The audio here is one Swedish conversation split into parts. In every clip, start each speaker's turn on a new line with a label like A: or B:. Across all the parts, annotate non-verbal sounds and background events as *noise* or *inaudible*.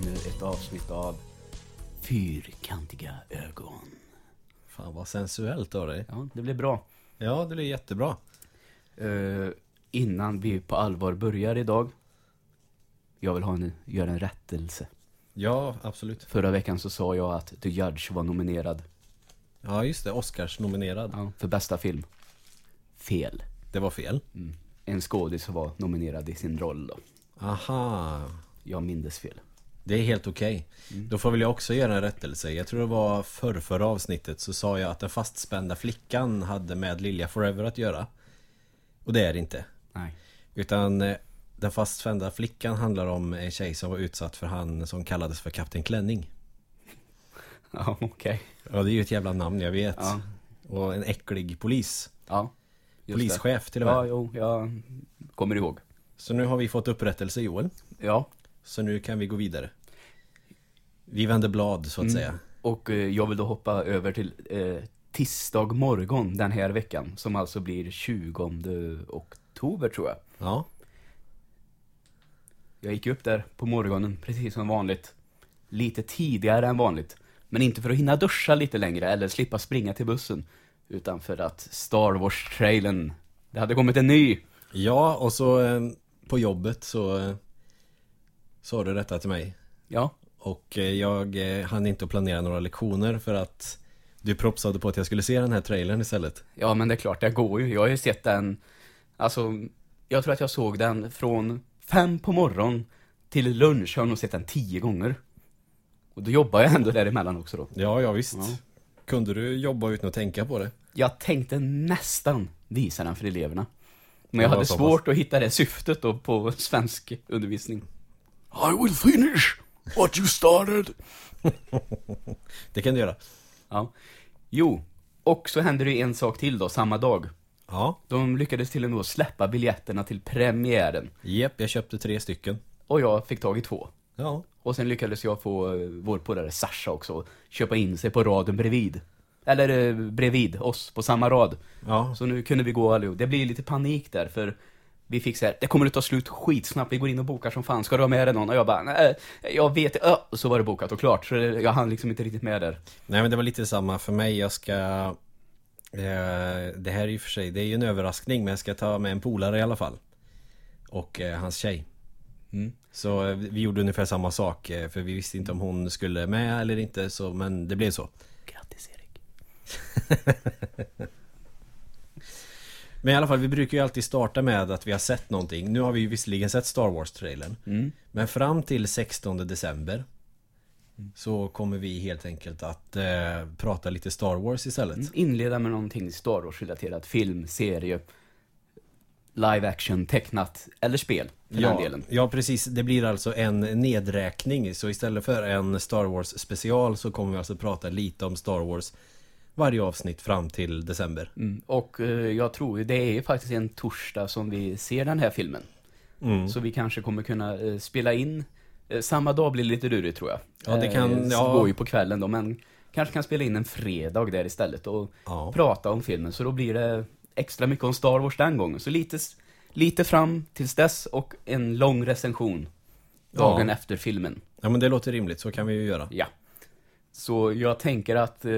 A: nytt avsnitt av
B: Fyrkantiga ögon.
A: Fan vad sensuellt av dig.
B: Ja, det blir bra.
A: Ja, det blir jättebra.
B: Eh, innan vi på allvar börjar idag. Jag vill ha en, göra en rättelse.
A: Ja, absolut.
B: Förra veckan så sa jag att The Judge var nominerad
A: Ja, just det. Oscars nominerad.
B: ja, för bästa film. Fel.
A: Det var fel.
B: Mm. En skådis som var nominerad i sin roll då.
A: Aha.
B: Jag mindes fel.
A: Det är helt okej.
B: Mm.
A: Då får väl jag också göra en rättelse. Jag tror det var förr, förra avsnittet så sa jag att den fastspända flickan hade med Lilja Forever att göra. Och det är det inte.
B: Nej.
A: Utan eh, den fastspända flickan handlar om en tjej som var utsatt för han som kallades för Kapten Klänning.
B: *laughs* Ja, okej.
A: Ja, det är ju ett jävla namn, jag vet.
B: Ja.
A: Och en äcklig polis.
B: Ja. just det.
A: Polischef till och med.
B: Ja, jo, jag kommer ihåg.
A: Så nu har vi fått upprättelse Joel.
B: Ja.
A: Så nu kan vi gå vidare. Vi vänder blad så att säga.
B: Och eh, jag vill då hoppa över till eh, tisdag morgon den här veckan. Som alltså blir 20 oktober tror jag.
A: Ja.
B: Jag gick upp där på morgonen precis som vanligt. Lite tidigare än vanligt. Men inte för att hinna duscha lite längre eller slippa springa till bussen. Utan för att Star Wars-trailern, det hade kommit en ny.
A: Ja, och så eh, på jobbet så eh, sa du detta till mig.
B: Ja,
A: Och eh, jag eh, hann inte att planera några lektioner för att du propsade på att jag skulle se den här trailern istället.
B: Ja, men det är klart, det går ju. Jag har ju sett den, alltså, jag tror att jag såg den från fem på morgon till lunch har jag nog sett den tio gånger. Och då jobbar jag ändå däremellan också då.
A: Ja, ja visst. Kunde du jobba utan att tänka på det?
B: Jag tänkte nästan visa den för eleverna. Men jag
A: Ja,
B: hade
A: så pass.
B: svårt att hitta det syftet då på svensk undervisning. I will finish what you started.
A: Det kan du göra.
B: Ja. Jo, och så hände det ju en sak till då, samma dag.
A: Ja.
B: De lyckades till och med släppa biljetterna till premiären.
A: Jep, jag köpte tre stycken.
B: Och jag fick tag i två.
A: Ja.
B: Och sen lyckades jag få eh, vår polare Sasha också köpa in sig på raden bredvid. Eller eh, bredvid oss, på samma rad.
A: Ja,
B: Så nu kunde vi gå allihop. Det blir lite panik där för vi fick så här, det kommer att ta slut skitsnabbt, vi går in och bokar som fan, ska du ha med dig någon? Och jag bara, nej, jag vet ö. Och så var det bokat och klart, så det- jag hann liksom inte riktigt med där.
A: Nej men det var lite samma för mig. Jag ska... Eh, det här är ju för sig, det är ju en överraskning men jag ska ta med en polare i alla fall. Och eh, hans tjej.
B: Mm.
A: Så eh, vi gjorde ungefär samma sak eh, för vi visste inte om hon skulle med eller inte så men det blev så.
B: Grattis Erik.
A: Men i alla fall vi brukar ju alltid starta med att vi har sett någonting. Nu har vi ju visserligen sett Star Wars-trailern.
B: Mm.
A: Men fram till 16 december så kommer vi helt enkelt att eh, prata lite Star Wars istället.
B: Inleda med någonting Star Wars-relaterat, film, serie, live action, tecknat eller spel för den delen.
A: ja, precis. Det blir alltså en nedräkning. Så istället för en Star Wars special så kommer vi alltså prata lite om Star Wars varje avsnitt fram till december.
B: Mm, Och eh, jag tror ju, det är ju faktiskt en torsdag som vi ser den här filmen.
A: Mm.
B: Så vi kanske kommer kunna eh, spela in. Eh, samma dag blir det lite lurigt tror jag.
A: Ja, det kan-
B: Eh, så
A: ja.
B: går ju på kvällen då, men kanske kan spela in en fredag där istället och
A: Ja.
B: prata om filmen. Så då blir det extra mycket om Star Wars den gången. Så lite, s- lite fram tills dess och en lång recension dagen
A: Ja.
B: efter filmen.
A: Ja, men det låter rimligt. Så kan vi ju göra.
B: Ja. Så jag tänker att eh,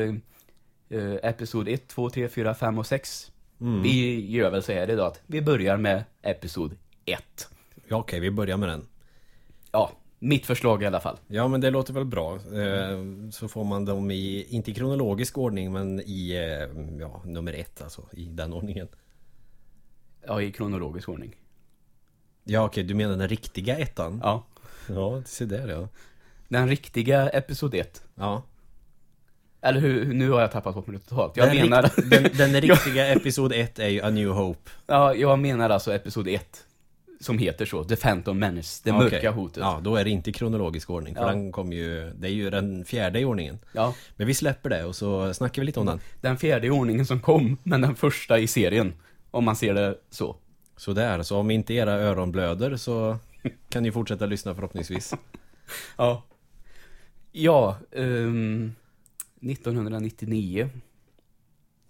B: eh, Episod 1, 2, 3, 4, 5 och 6.
A: Mm.
B: Vi gör väl så här idag att vi börjar med Episod 1.
A: Ja, okej, vi börjar med den.
B: Ja, mitt förslag i alla fall.
A: Ja, men det låter väl bra. Eh, Så får man dem i, inte i kronologisk ordning, men i eh, ja, nummer ett, alltså i den ordningen.
B: Ja, i kronologisk ordning.
A: Ja, okej, du menar den riktiga ettan?
B: Ja.
A: Ja, se där ja.
B: Den riktiga Episod 1.
A: Ja,
B: Eller hur, hur- nu har jag tappat bort mig totalt. Jag
A: den,
B: menar...
A: rikt- den, den riktiga episod 1 är ju A New Hope.
B: *laughs* ja, jag menar alltså Episod 1. Som heter så, The Phantom Menace, det mörka
A: Okej.
B: hotet.
A: Ja, då är det inte i kronologisk ordning. För
B: Ja.
A: den kom ju, det är ju den fjärde i ordningen.
B: ja.
A: Men vi släpper det och så snackar vi lite om den.
B: Den fjärde i ordningen som kom, men den första i serien. Om man ser det så.
A: Så där, så om inte era öron blöder så kan ni fortsätta lyssna förhoppningsvis.
B: Ja. Ja, ehm, 1999.
A: *laughs*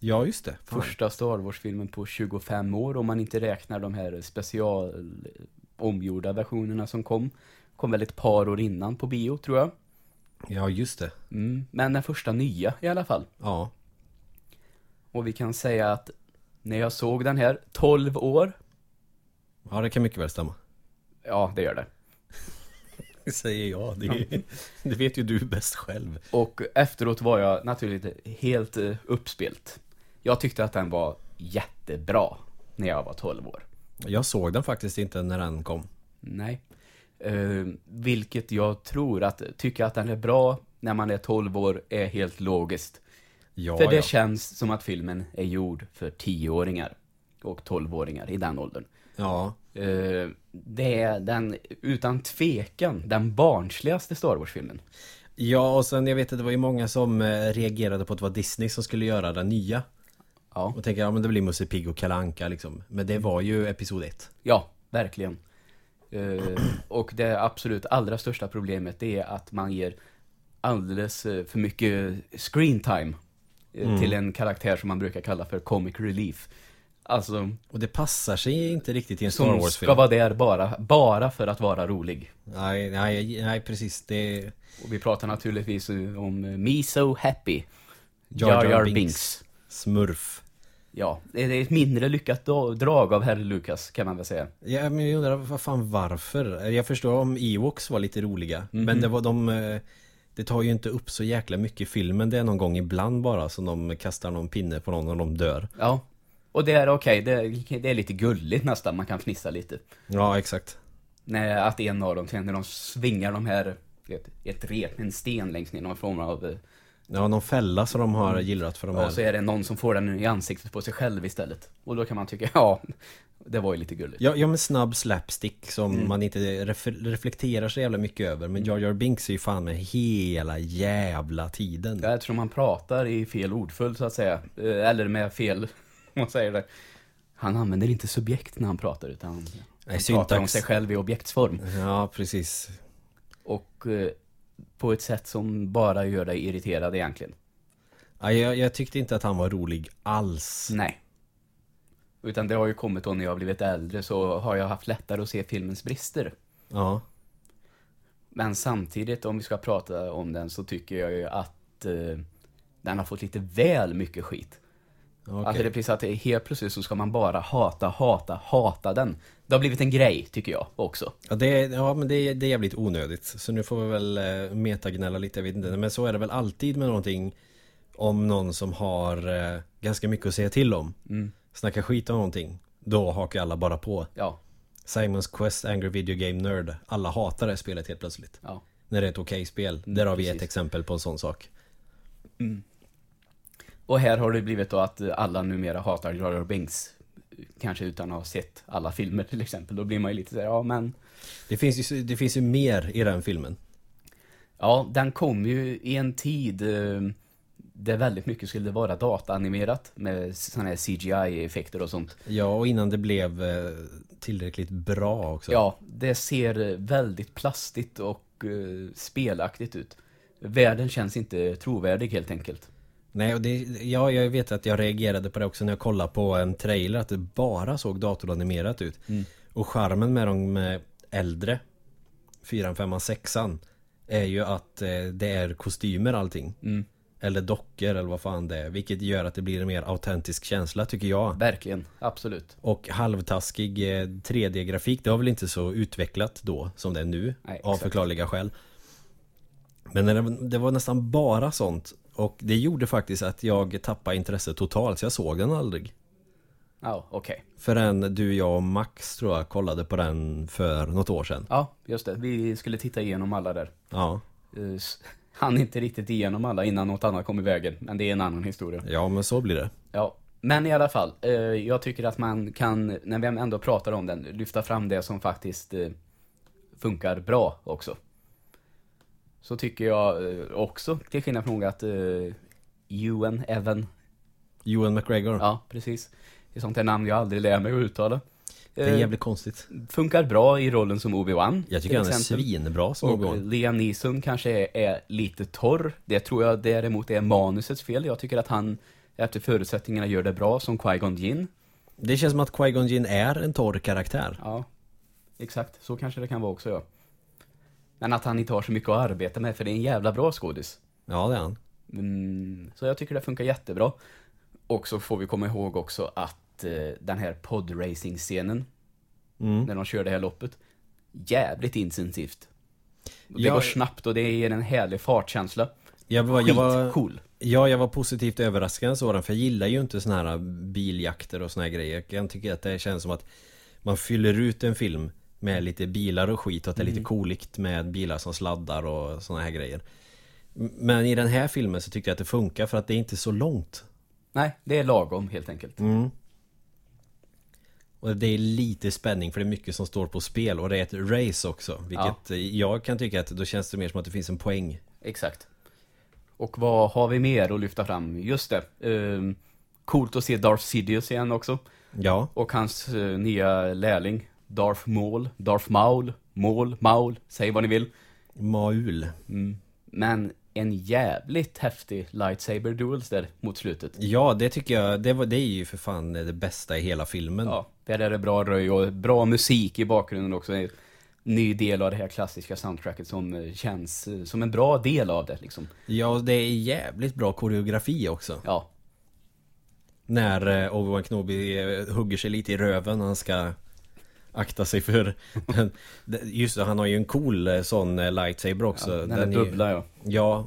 A: Ja, just det. Fan.
B: Första Star Wars-filmen på 25 år om man inte räknar de här special eh, omgjorda versionerna som kom. Kom väl ett par år innan på bio tror jag.
A: Ja, just det.
B: Mm. Men den första nya i alla fall.
A: Ja.
B: Och vi kan säga att när jag såg den här, 12 år.
A: Ja, det kan mycket väl stämma.
B: Ja, det gör det.
A: Säger jag. Det, är- *laughs* det vet ju du bäst själv.
B: Och efteråt var jag naturligtvis helt eh, uppspelt. Jag tyckte att den var jättebra när jag var 12 år.
A: Jag såg den faktiskt inte när den kom.
B: Nej. Eh, vilket jag tror att tycka att den är bra när man är 12 år är helt logiskt.
A: Ja,
B: för det
A: ja.
B: känns som att filmen är gjord för 10-åringar och 12-åringar i den åldern.
A: ja.
B: Eh, det är den utan tvekan den barnsligaste Star Wars-filmen.
A: Ja, och sen jag vet att det var ju många som eh, reagerade på att det var Disney som skulle göra den nya.
B: Ja.
A: Och tänker, ja men det blir Musse Pigg och Kalanka liksom. Men det var ju Episod 1.
B: Ja, verkligen. Eh, och det absolut allra största problemet det är att man ger alldeles eh, för mycket screen time eh,
A: Mm.
B: till en karaktär som man brukar kalla för comic relief. Alltså,
A: Och det passar sig inte riktigt i en Star
B: som ska
A: Wars-film.
B: vara där bara, bara för att vara rolig.
A: Nej, nej, nej, precis. Det...
B: Och vi pratar naturligtvis eh, om eh, Me So Happy,
A: Jar Jar Binks. Smurf.
B: Ja, det är ett mindre lyckat dra- drag av herr Lucas kan man väl säga.
A: Ja, men jag undrar vad fan varför? Jag förstår om Ewoks var lite roliga.
B: Mhm.
A: Men det var de... eh, Det tar ju inte upp så jäkla mycket i filmen. Det är någon gång ibland bara som de kastar någon pinne på någon och de dör.
B: Ja, och det är okej, det, det är lite gulligt nästan, man kan fnissa lite.
A: Ja, exakt.
B: Nej, att en av dem, sen när de svingar de här, ett, ett rep, en sten längst ner, någon form av... eh,
A: Ja, någon fälla som de har gillrat för de här.
B: Och så är det någon som får den i ansiktet på sig själv istället. Och då kan man tycka, *laughs* ja, det var ju lite gulligt.
A: Ja, ja men snabb slapstick som man inte ref- reflekterar så jävla mycket över. Men Jar Jar Binks är ju fan med hela jävla tiden.
B: Jag tror man pratar i fel ordföljd så att säga, Eh, eller med fel, *laughs* man säger det. Han använder inte subjekt när han pratar utan han
A: Nej,
B: pratar om
A: syntax.
B: sig själv i objektsform.
A: Ja, precis.
B: Och eh, på ett sätt som bara gör dig irriterad egentligen.
A: Ja, jag, jag tyckte inte att han var rolig alls.
B: Nej. Utan det har ju kommit då när jag har blivit äldre så har jag haft lättare att se filmens brister.
A: Ja,
B: Men samtidigt, om vi ska prata om den, så tycker jag ju att eh, den har fått lite väl mycket skit.
A: okej.
B: Alltså det blir så att det är helt plötsligt så ska man bara hata, hata, hata den. Det har blivit en grej, tycker jag också.
A: Ja, det, är- ja men det, är- det är jävligt onödigt. Så nu får vi väl eh, metagnälla lite, jag vet inte. Men så är det väl alltid med någonting om någon som har eh, ganska mycket att säga till om. Mm. Snackar skit om någonting. Då hakar alla bara på.
B: Ja,
A: Simons Quest Angry Video Game Nerd. Alla hatar det spelet helt plötsligt.
B: ja.
A: När det är ett okej spel. Där har vi ett
B: precis.
A: exempel på en sån sak.
B: Och här har det blivit då att eh, alla numera hatar Jar Jar Binks. Kanske utan att ha sett alla filmer till exempel. Då blir man ju lite såhär, ja men...
A: Det finns, ju, det finns ju mer i den filmen.
B: Ja, den kom ju i en tid eh, där väldigt mycket skulle vara dataanimerat med sådana här CGI-effekter och sånt.
A: Ja, och innan det blev eh, tillräckligt bra också.
B: Ja, det ser väldigt plastigt och eh, spelaktigt ut. Världen känns inte trovärdig helt enkelt.
A: Nej, och det, ja, jag vet att jag reagerade på det också när jag kollade på en trailer att det bara såg datoranimerat ut. Och charmen med de eh, äldre, 4, 5, 6 är ju att eh, det är kostymer allting. Eller dockor eller vad fan det är. Vilket gör att det blir en mer autentisk känsla tycker jag.
B: Verkligen, absolut.
A: Och halvtaskig eh, 3D-grafik, det var väl inte så utvecklat då som det är nu.
B: Nej,
A: av
B: exakt.
A: förklarliga skäl. Men när det, det var nästan bara sånt. Och det gjorde faktiskt att jag tappade intresset totalt, så jag såg den aldrig.
B: Ja, okej.
A: Förrän du, jag och Max tror jag kollade på den för något år sedan.
B: Ja, just det. Vi skulle titta igenom alla där.
A: Ja,
B: Uh, *laughs* han inte riktigt igenom alla innan något annat kom i vägen, men det är en annan historia.
A: ja men så blir det.
B: Ja, men i alla fall. Eh, jag tycker att man kan, när vi ändå pratar om den, lyfta fram det som faktiskt eh, funkar bra också. Så tycker jag eh, också, till skillnad från att eh, Ewan, Evan,
A: Ewan McGregor.
B: ja precis. Det är sånt där namn jag aldrig lär mig att uttala.
A: Det är
B: Eh,
A: jävligt konstigt.
B: Funkar bra i rollen som Obi-Wan.
A: Jag tycker
B: till
A: han är
B: exempel.
A: svinbra som
B: Och
A: Obi-Wan.
B: Liam Neeson kanske är, är lite torr. Det tror jag däremot är manusets fel. Jag tycker att han efter förutsättningarna gör det bra som Qui-Gon Jinn.
A: Det känns som att Qui-Gon Jinn är en torr karaktär.
B: Ja, exakt. Så kanske det kan vara också, ja. Men att han inte har så mycket att arbeta med, för det är en jävla bra skådis.
A: Ja, det är han.
B: Mm, så jag tycker det funkar jättebra. Och så får vi komma ihåg också att eh, den här podracing-scenen,
A: Mm.
B: när de kör det här loppet, jävligt intensivt. Och Det
A: Ja.
B: går snabbt och det ger en härlig fartkänsla.
A: Jag var, jag var,
B: Skitcool.
A: ja, jag var positivt överraskad sådan för jag gillar ju inte såna här biljakter och såna här grejer. Jag tycker att det känns som att man fyller ut en film med lite bilar och skit och att det är lite coolt med bilar som sladdar och såna här grejer. Men i den här filmen så tyckte jag att det funkar för att det är inte så långt.
B: Nej, det är lagom helt enkelt.
A: Och det är lite spänning för det är mycket som står på spel och det är ett race också. Vilket jag kan tycka att då känns det mer som att det finns en poäng.
B: Exakt. Och vad har vi mer att lyfta fram? Just det. ehm, coolt att se Darth Sidious igen också.
A: Ja,
B: Och hans eh, nya lärling, Darth Maul. Darth Maul. Maul. Maul. Säg vad ni vill.
A: Maul.
B: Men en jävligt häftig lightsaber duels där mot slutet.
A: Ja, det tycker jag. Det, var, det är ju för fan det bästa i hela filmen.
B: Ja, där är det bra röj och bra musik i bakgrunden också. En ny del av det här klassiska soundtracket som eh, känns eh, som en bra del av det liksom.
A: Ja, och det är jävligt bra koreografi också.
B: Ja,
A: När eh, Obi-Wan Kenobi eh, hugger sig lite i röven när han ska akta sig för... Men, det- just det, han har ju en cool eh, sån eh, lightsaber också.
B: den, Mm. där
A: är-
B: dubbla ja.
A: Ja.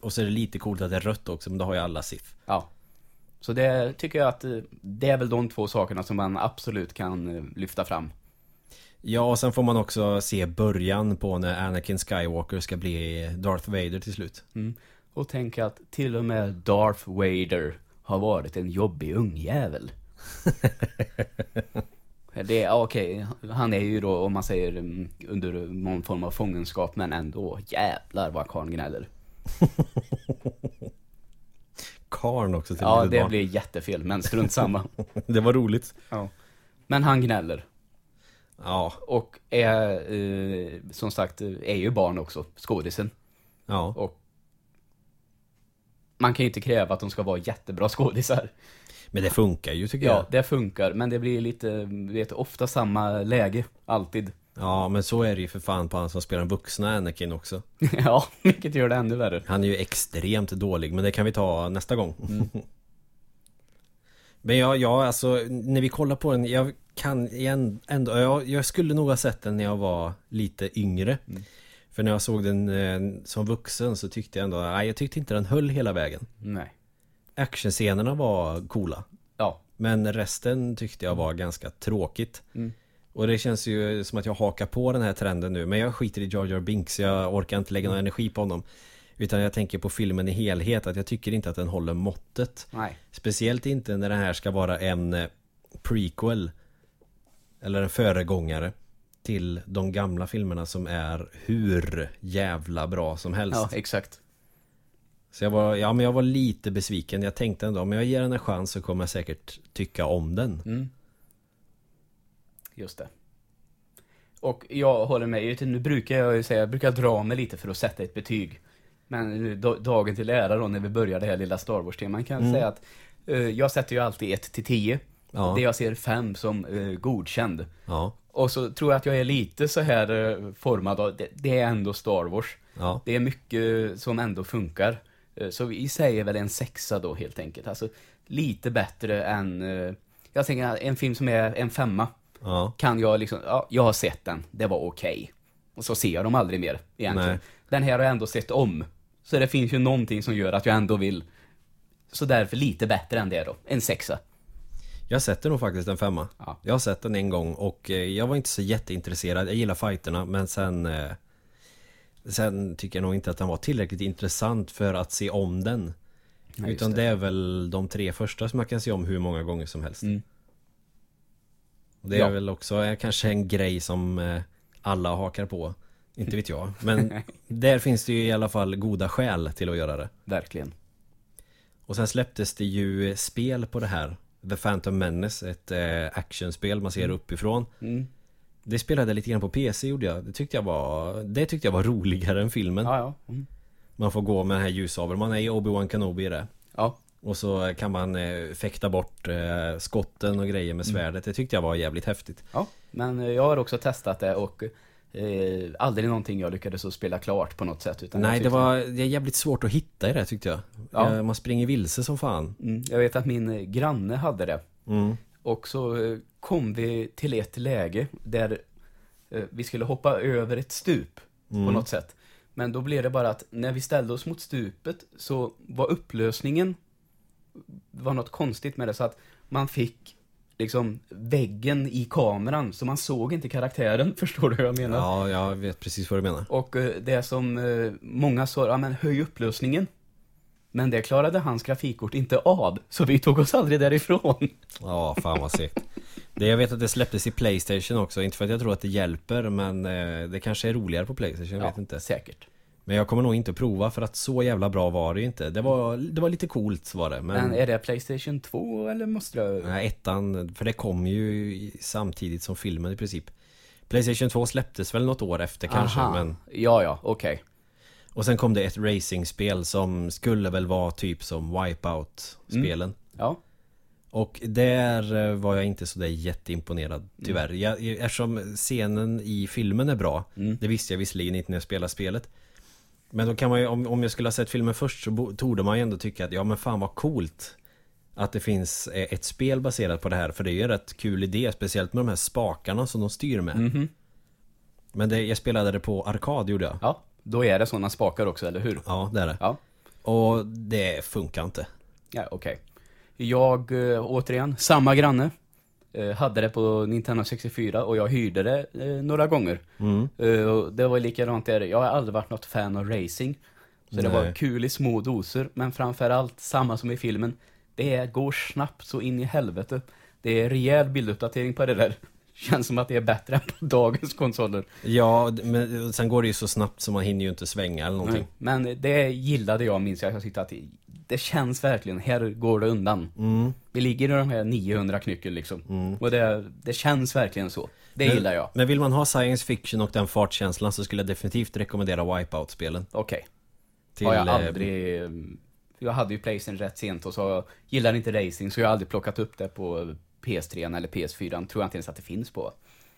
A: Och så är det lite coolt att det är rött också, men det har ju alla SIF.
B: Ja. Så det tycker jag att eh, det är väl de två sakerna som man absolut kan eh, lyfta fram.
A: Ja, och sen får man också se början på när Anakin Skywalker ska bli eh, Darth Vader till slut.
B: Mm. Och tänka att till och med Darth Vader har varit en jobbig ungjävel. det är okej, han är ju då om man säger mm, under någon form av fångenskap men ändå jävlar vad karln gnäller.
A: Karn också till
B: Ja,
A: litet
B: det
A: barn.
B: blir jättefel men strunt samma.
A: *laughs* det var roligt.
B: ja. Men han gnäller.
A: Ja,
B: Och är, eh, som sagt, eh, är ju barn också, skådisen.
A: ja.
B: Och man kan ju inte kräva att de ska vara jättebra skådisar.
A: Men det funkar ju tycker jag.
B: Ja, det funkar, men det blir lite, du vet, ofta samma läge, alltid. *laughs*
A: Ja, men så är det ju för fan på han som spelar den vuxna Anakin också.
B: ja, vilket gör det ännu värre.
A: Han är ju extremt dålig, men det kan vi ta nästa gång. *laughs* men ja, ja, alltså när vi kollar på den, jag kan igen ändå, jag, jag skulle nog ha sett den när jag var lite yngre. För när jag såg den eh, som vuxen så tyckte jag ändå, nej jag tyckte inte den höll hela vägen.
B: Nej.
A: Actionscenerna var coola.
B: Ja,
A: Men resten tyckte jag var ganska tråkigt. Och det känns ju som att jag hakar på den här trenden nu. Men jag skiter i Jar Jar Binks. Jag orkar inte lägga någon energi på honom. Utan jag tänker på filmen i helhet. Att jag tycker inte att den håller måttet.
B: nej.
A: Speciellt inte när det här ska vara en eh, prequel. Eller en föregångare. Till de gamla filmerna som är hur jävla bra som helst.
B: Ja, exakt.
A: Så jag var, ja, men jag var lite besviken. Jag tänkte ändå om jag ger den en chans så kommer jag säkert tycka om den.
B: Just det. Och jag håller med, Jag vet inte, nu brukar jag ju säga, jag brukar dra mig lite för att sätta ett betyg. Men nu, da- dagen till ära då, när vi börjar det här lilla Star Wars-teman, kan jag säga att eh, jag sätter ju alltid 1 till 10.
A: Ja.
B: Det jag ser 5 som eh, godkänd.
A: Ja,
B: Och så tror jag att jag är lite så här eh, formad av, det, det är ändå Star Wars.
A: ja.
B: Det är mycket som ändå funkar. Eh, Så vi säger väl en sexa då helt enkelt. Alltså lite bättre än, eh, jag tänker att en film som är en femma.
A: Ja,
B: Kan jag liksom, ja, jag har sett den, det var okej. Och så ser jag dem aldrig mer egentligen.
A: Nej.
B: Den här har jag ändå sett om. Så det finns ju någonting som gör att jag ändå vill. Så därför lite bättre än det då, en sexa.
A: jag sätter nog faktiskt en femma.
B: Ja.
A: Jag har sett den en gång och eh, jag var inte så jätteintresserad. Jag gillar fighterna men sen... eh, Sen tycker jag nog inte att den var tillräckligt intressant för att se om den.
B: Nej, just
A: Utan det är väl de tre första som jag kan se om hur många gånger som helst. Och det är
B: Mm. Ja.
A: väl också eh, kanske en grej som eh, alla hakar på.
B: *laughs*
A: Inte vet jag. Men där finns det ju i alla fall goda skäl till att göra det.
B: Verkligen.
A: Och sen släpptes det ju spel på det här The Phantom Menace, ett eh, actionspel man ser
B: Mm.
A: uppifrån Det spelade jag lite grann på PC gjorde jag Det tyckte jag var, det tyckte jag var *laughs* roligare än filmen
B: Ja, ja. Mm.
A: Man får gå med den här ljussabeln, man är ju Obi-Wan Kenobi i det
B: Ja,
A: Och så kan man eh, fäkta bort eh,
B: Mm.
A: skotten och grejer med svärdet Det tyckte jag var jävligt häftigt
B: Ja, men eh, jag har också testat det och eh, aldrig någonting jag lyckades att spela klart på något sätt. Utan jag
A: Nej, det
B: tyckte-
A: var det är jävligt svårt att hitta i det tyckte jag.
B: Ja.
A: Eh, Man springer vilse som fan.
B: Mm, jag vet att min eh, granne hade det.
A: Mm.
B: Och så eh, kom vi till ett läge där eh, vi skulle hoppa över ett stup
A: Mm.
B: på något sätt. Men då blev det bara att när vi ställde oss mot stupet så var upplösningen, det var något konstigt med det så att man fick liksom väggen i kameran så man såg inte karaktären, *laughs* förstår du hur jag menar?
A: Ja, jag vet precis vad du menar.
B: Och eh, det som eh, många sa, ja men höj upplösningen. Men det klarade hans grafikkort inte av, så vi tog oss aldrig därifrån.
A: Ja, fan vad segt. Det, jag vet att det släpptes i Playstation också. Inte för att jag tror att det hjälper, men eh, det kanske är roligare på Playstation. Jag vet inte.
B: Säkert.
A: Men jag kommer nog inte prova för att så jävla bra var det ju inte. Det var, det var lite coolt var det. Men, Eh,
B: Men är det Playstation 2 eller måste jag...
A: Nej, ettan, för det kom ju i- samtidigt som filmen i princip. Playstation 2 släpptes väl något år efter kanske.
B: Aha.
A: Men,
B: Ja, ja, okej.
A: och sen kom det ett racingspel som skulle väl vara typ som Wipeout-spelen.
B: Mm. Ja.
A: Och där eh, var jag inte så där jätteimponerad tyvärr. Jag, eftersom scenen i filmen är bra, det visste jag visserligen inte när jag spelade spelet. Men då kan man ju, om, om jag skulle ha sett filmen först så bo- torde man ju ändå tycka att ja men fan vad coolt. Att det finns eh, ett spel baserat på det här, för det är ju en rätt kul idé, speciellt med de här spakarna som de styr med. Men det, jag spelade det på arkad gjorde jag. Ja,
B: ja. Då är det sådana spakar också, eller hur?
A: det är det.
B: Ja.
A: Och det funkar inte.
B: Ja, okej. Jag, eh, återigen, samma granne. eh, Hade det på Nintendo 64 och jag hyrde det eh, några gånger. Eh, och det var likadant där. Jag har aldrig varit något fan av racing. Så det
A: Nej.
B: var kul i små doser, men framförallt samma som i filmen. Det är- går snabbt så in i helvete. Det är rejäl bilduppdatering på det där. *laughs* Känns som att det är bätd än på dagens konsoler.
A: Ja, d- men sen går det ju så snabbt så man hinner ju inte svänga eller någonting.
B: Men det gillade jag minns jag. Jag tyckte att det känns verkligen, här går det undan.
A: Mm.
B: Vi ligger i de här 900 knycken liksom. Och det, det känns verkligen så. Det gillar jag.
A: Men vill man ha science fiction och den fartkänslan så skulle jag definitivt rekommendera Wipeout-spelen.
B: Okej.
A: Till,
B: Har jag
A: eh,
B: aldrig... Jag hade ju Playstation rätt sent och så gillar inte racing så jag har aldrig plockat upp det på PS3 eller PS4. Tror jag inte ens att det finns på.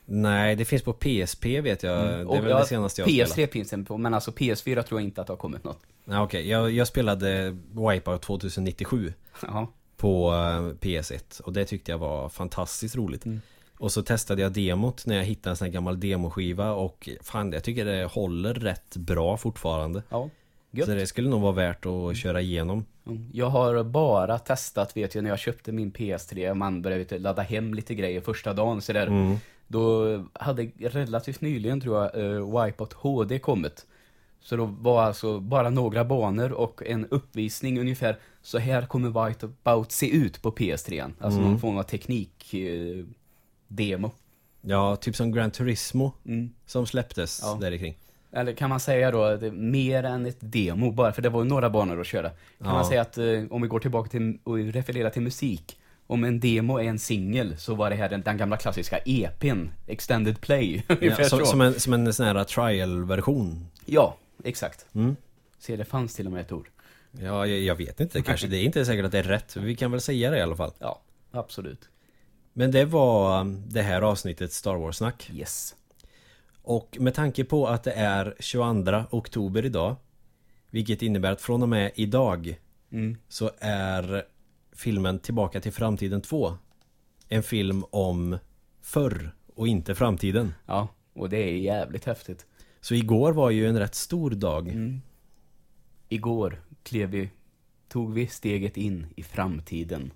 A: Nej, det finns på PSP vet jag. Det är
B: Mm. Och
A: väl det senaste jag har spelat.
B: PS3 finns den på, men alltså PS4 tror jag inte att det har kommit något. *laughs*
A: Nej, okej. Jag, jag spelade Wipeout 2097
B: Ja.
A: på eh, PS1 och det tyckte jag var fantastiskt roligt.
B: Mm.
A: Och så testade jag demot när jag hittade en sån här gammal demoskiva och fan jag tycker det håller rätt bra fortfarande.
B: Ja. Gött.
A: Så det skulle nog vara värt att köra igenom.
B: Mm. Jag har bara testat, vet jag, när jag köpte min PS3, man började vet, du, ladda hem lite grejer första dagen sådär. Då hade relativt nyligen, tror jag, uh, Wipeout HD kommit. Så då var alltså bara några banor och en uppvisning ungefär, så här kommer Wipeout se ut på PS3. Alltså någon form av eh, teknik-demo.
A: Ja, typ som Gran Turismo som släpptes
B: Mm. Ja.
A: där kring.
B: Eller kan man säga då, att det är mer än ett demo bara, för det var ju några banor att köra. Kan man säga att, eh, om vi går tillbaka till och refererar till musik, om en demo är en singel så var det här den, den gamla klassiska EPn, Extended Play. *laughs* ungefär
A: Ja, som,
B: så.
A: som, en, som en sån här trial-version.
B: ja exakt.
A: Mm.
B: Se, det fanns till och med ett ord.
A: Ja, jag, jag vet inte. Kanske det är inte säkert att det är rätt. Vi kan väl säga det i alla fall.
B: Ja, absolut.
A: Men det var um, det här avsnittet Star Wars-snack.
B: Yes.
A: Och med tanke på att det är 22 oktober idag, vilket innebär att från och med idag så är filmen Tillbaka till framtiden 2 en film om förr och inte framtiden.
B: Ja, och det är jävligt häftigt.
A: Så igår var ju en rätt stor dag.
B: Igår klev vi, tog vi steget in i framtiden.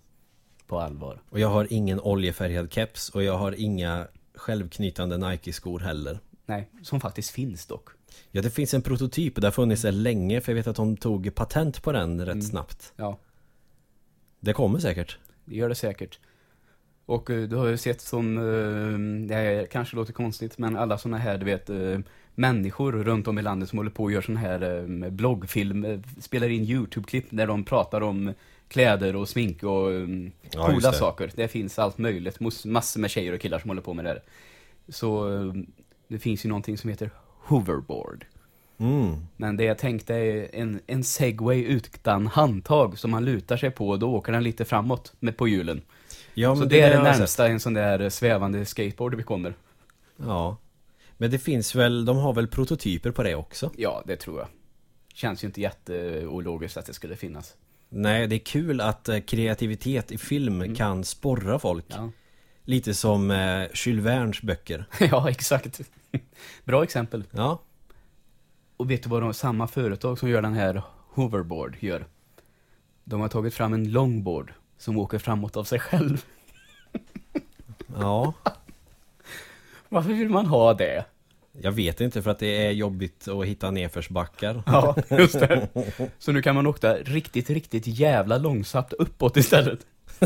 B: På allvar.
A: Och jag har ingen oljefärgad keps och jag har inga självknytande Nike-skor heller.
B: Nej, som faktiskt finns dock.
A: Ja, det finns en prototyp. Det har funnits där länge för jag vet att de tog patent på den rätt
B: Mm.
A: snabbt.
B: Ja,
A: Det kommer säkert.
B: Det gör det säkert. Och eh, du har ju sett som, eh, det här kanske låter konstigt, men alla såna här, du vet, eh, människor runt om i landet som håller på och gör sån här eh, bloggfilm, eh, spelar in YouTube-klipp där de pratar om kläder och smink och eh,
A: Ja, just
B: coola
A: det.
B: saker. Det finns allt möjligt, Mos- massor med tjejer och killar som håller på med det här. Så eh, det finns ju någonting som heter hoverboard.
A: Mm.
B: Men det jag tänkte är en, en segway utan handtag som man lutar sig på och då åker den lite framåt med, på hjulen.
A: Ja, men
B: Så det är det
A: har jag sett.
B: närmsta en sån där eh, svävande skateboard vi kommer.
A: Ja. Men det finns väl, de har väl prototyper på det också?
B: Ja, det tror jag. Känns ju inte jätteologiskt att det skulle finnas.
A: Nej, det är kul att eh, kreativitet i film kan sporra folk.
B: Mm. Ja,
A: Lite som eh, Jules Vernes böcker.
B: *laughs* ja exakt. *laughs* Bra exempel.
A: Ja,
B: Och vet du vad de, samma företag som gör den här hoverboard gör? De har tagit fram en longboard som åker framåt av sig själv. *laughs*
A: ja.
B: Varför vill man ha det?
A: Jag vet inte för att det är jobbigt att hitta nedförsbackar.
B: *laughs* Ja, just
A: *laughs*
B: det. Så nu kan man åka riktigt, riktigt jävla långsamt uppåt istället. *laughs*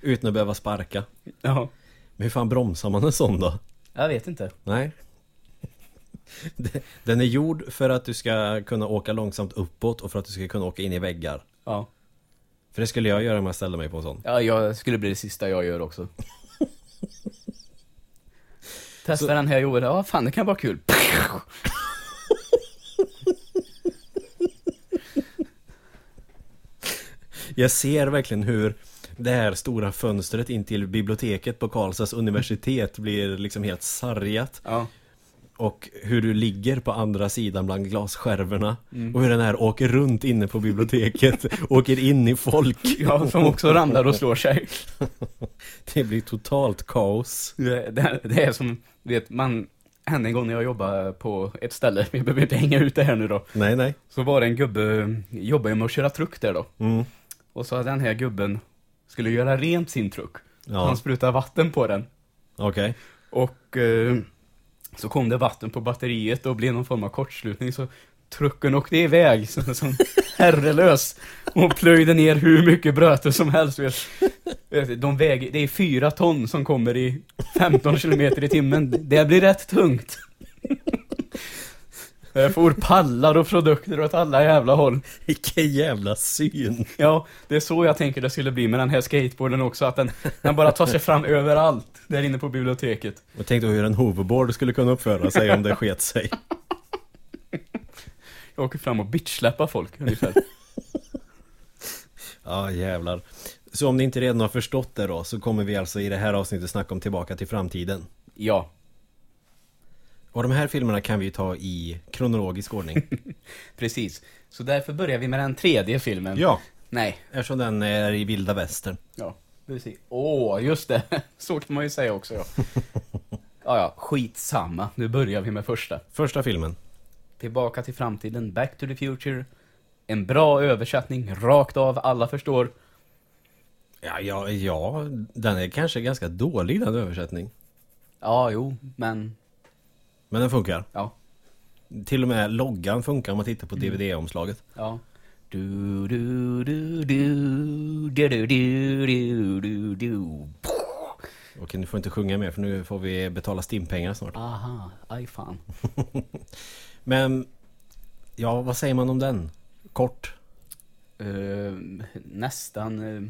A: Utan att behöva sparka.
B: Ja,
A: Men hur fan bromsar man en sån då?
B: jag vet inte.
A: Nej. *laughs* Det- Den är gjord för att du ska kunna åka långsamt uppåt och för att du ska kunna åka in i väggar.
B: Ja,
A: För det skulle jag göra om jag ställde mig på en sån.
B: ja jag skulle bli det sista jag gör *laughs* också. Testa den här Joel. Ja, fan det kan vara kul.
A: Jag ser verkligen hur det här stora fönstret in till biblioteket på Karlstads universitet blir liksom helt sargat.
B: *laughs* Ja,
A: Och hur du ligger på andra sidan bland glasskärvorna. Och hur den här åker runt inne på biblioteket. åker in i folk.
B: ja som också ramlar och slår sig.
A: Det blir totalt kaos.
B: Det, det, det är som, du vet, man, än en gång när jag jobbade på ett ställe, *laughs* vi behöver inte hänga ut det här nu då,
A: Nej, nej.
B: så var det en gubbe, jobbade med att köra truck där då.
A: Mm.
B: Och så hade den här gubben, skulle göra rent sin truck.
A: Ja.
B: Han sprutade vatten på den.
A: Okej.
B: Och eh, så kom det vatten på batteriet och blev någon form av kortslutning så trucken åkte iväg som, som herrelös och plöjde ner hur mycket bröte som helst. Vet. Vet, De väger, det är fyra ton som kommer i 15 kilometer i timmen. Det blir rätt tungt. *laughs* Jag får pallar och produkter åt alla jävla håll.
A: Vilken jävla syn.
B: Ja, det är så jag tänker det skulle bli med den här skateboarden också, att den, den bara tar sig fram överallt där inne på biblioteket.
A: Och tänk då hur en hoverboard skulle kunna uppföra sig om det sket sig.
B: Jag åker fram och bitchsläpar folk ungefär.
A: *laughs* Ja, jävlar. Så om ni inte redan har förstått det då så kommer vi alltså i det här avsnittet snacka om Tillbaka till framtiden.
B: *laughs* ja,
A: Och de här filmerna kan vi ju ta i kronologisk ordning.
B: precis. Så därför börjar vi med den tredje filmen.
A: *laughs* ja,
B: Nej.
A: eftersom den är i vilda västern.
B: Ja, precis. Åh, just det. *laughs* Så kan man ju säga också ja. ja, ja, skitsamma. Nu börjar vi med första.
A: Första filmen.
B: Tillbaka till framtiden, Back to the Future. En bra översättning, rakt av, alla förstår.
A: Ja, ja, ja, den är kanske ganska dålig den översättning.
B: Ja, jo, men
A: Men den funkar.
B: ja.
A: Till och med loggan funkar om man tittar på DVD-omslaget.
B: Ja. Du, du, du, du, du, du, du, du, du, du.
A: Okej, nu får jag inte sjunga mer för nu får vi betala stimpengar snart.
B: Aha, aj fan.
A: Men, ja, vad säger man om den? Kort?
B: Eh, nästan eh,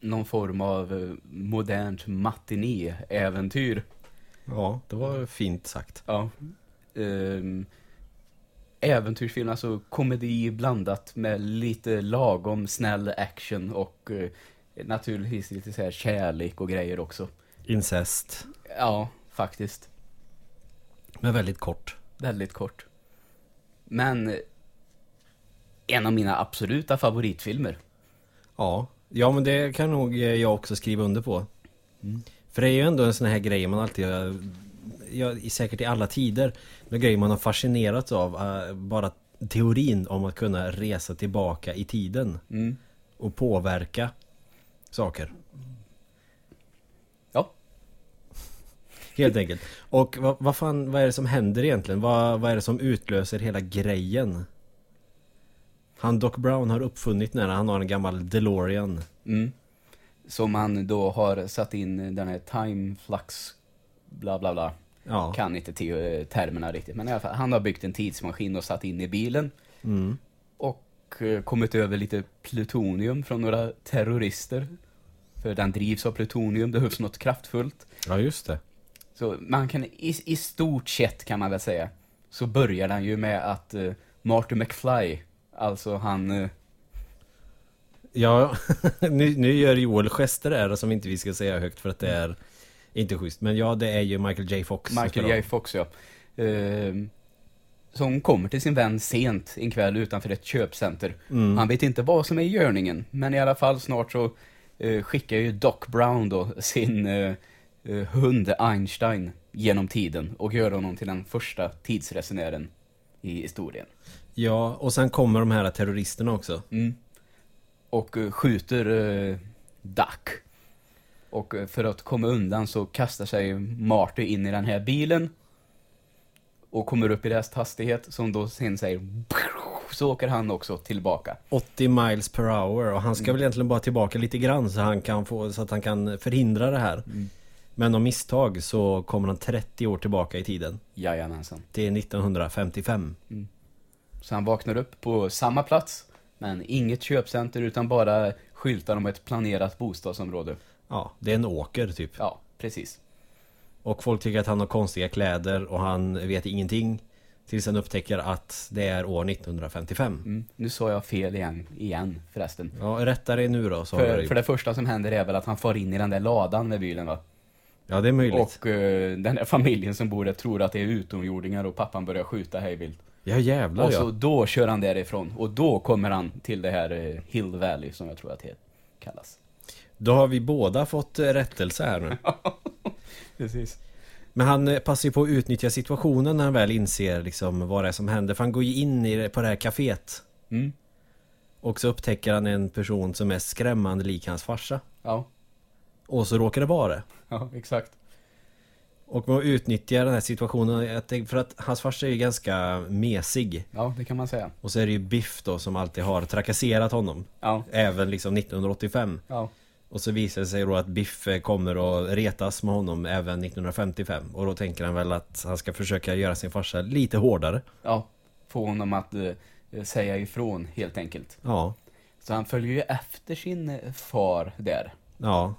B: någon form av eh, modernt matinéäventyr.
A: Ja, det var fint sagt.
B: Ja. Um, äventyrsfilm, alltså komedi blandat med lite lagom snäll action och eh, naturligtvis lite så här kärlek och grejer också.
A: Incest.
B: Ja, faktiskt.
A: Men väldigt kort.
B: Väldigt kort. Men eh, en av mina absoluta favoritfilmer.
A: Ja, ja men det kan nog eh, jag också skriva under på. För det är ju ändå en sån här grej man alltid, eh, ja, i- säkert i alla tider, en grej man har fascinerats av. eh, Bara teorin om att kunna resa tillbaka i tiden
B: Mm.
A: och påverka saker.
B: Ja,
A: Helt enkelt. Och vad, vad fan, vad är det som händer egentligen? Vad, vad är det som utlöser hela grejen? Han Doc Brown har uppfunnit den här, han har en gammal DeLorean.
B: Mm. Som man då har satt in den här time flux bla bla bla.
A: Ja,
B: Kan inte te- termerna riktigt. Men i alla fall, han har byggt en tidsmaskin och satt in i bilen.
A: Mm.
B: Och eh, kommit över lite plutonium från några terrorister. För den drivs av plutonium, det behövs något kraftfullt.
A: ja just det.
B: Så man kan, i, i stort sett kan man väl säga, så börjar den ju med att eh, Martin McFly, alltså han, eh,
A: *laughs* Ja, nu, nu gör Joel gester här som inte vi ska säga högt för att det är Inte schysst, men ja det är ju Michael J Fox som
B: Michael
A: spelar
B: J.
A: honom.
B: Fox, ja. Ehm, som kommer till sin vän sent en kväll utanför ett köpcenter.
A: Mm.
B: Han vet inte vad som är i görningen, men i alla fall snart så eh, skickar ju Doc Brown då sin eh, eh, hund Einstein genom tiden och gör honom till den första tidsresenären i historien.
A: Ja, och sen kommer de här terroristerna också.
B: Mm. och eh, skjuter eh, Duck. Och eh, för att komma undan så kastar sig Marty in i den här bilen och kommer upp i deras hastighet som då sen säger så åker han också tillbaka.
A: 80 miles per hour och han ska
B: Mm.
A: väl egentligen bara tillbaka lite grann så, han kan få, så att han kan förhindra det här.
B: Mm.
A: Men om misstag så kommer han 30 år tillbaka i tiden.
B: Jajamensan.
A: Till 1955.
B: Så han vaknar upp på samma plats men inget köpcenter utan bara skyltar om ett planerat bostadsområde.
A: Ja, det är en åker typ.
B: Ja, precis.
A: Och folk tycker att han har konstiga kläder och han vet ingenting. Tills han upptäcker att det är år 1955.
B: Mm. Nu sa jag fel igen, igen förresten.
A: Ja, rätta dig nu då. Så har jag
B: För,
A: gjort.
B: för det första som händer är väl att han far in i den där ladan med bilen va?
A: Ja, det är möjligt.
B: Och eh, den där familjen som bor där tror att det är utomjordingar och pappan börjar skjuta hejvilt.
A: ja, jävlar
B: och så
A: ja.
B: då kör han därifrån och då kommer han till det här eh, Hill Valley som jag tror att det kallas.
A: Då har vi båda fått eh, rättelse här nu.
B: Precis.
A: Men han eh, passar ju på att utnyttja situationen när han väl inser liksom vad det är som händer. För han går ju in i det, på det här kaféet.
B: Mm.
A: Och så upptäcker han en person som är skrämmande lik hans farsa.
B: Ja,
A: Och så råkar det vara det.
B: ja exakt.
A: Och man utnyttjar den här situationen. Jag tänker- För att hans farsa är ju ganska mesig.
B: Ja, det kan man säga.
A: Och så är det ju Biff då som alltid har trakasserat honom.
B: Ja,
A: Även liksom 1985.
B: ja,
A: Och så visar det sig då att Biff eh, kommer och retas med honom även 1955. Och då tänker han väl att han ska försöka göra sin farsa lite hårdare.
B: ja. Få honom att eh, säga ifrån helt enkelt.
A: Ja,
B: Så han följer ju efter sin eh, far där.
A: ja,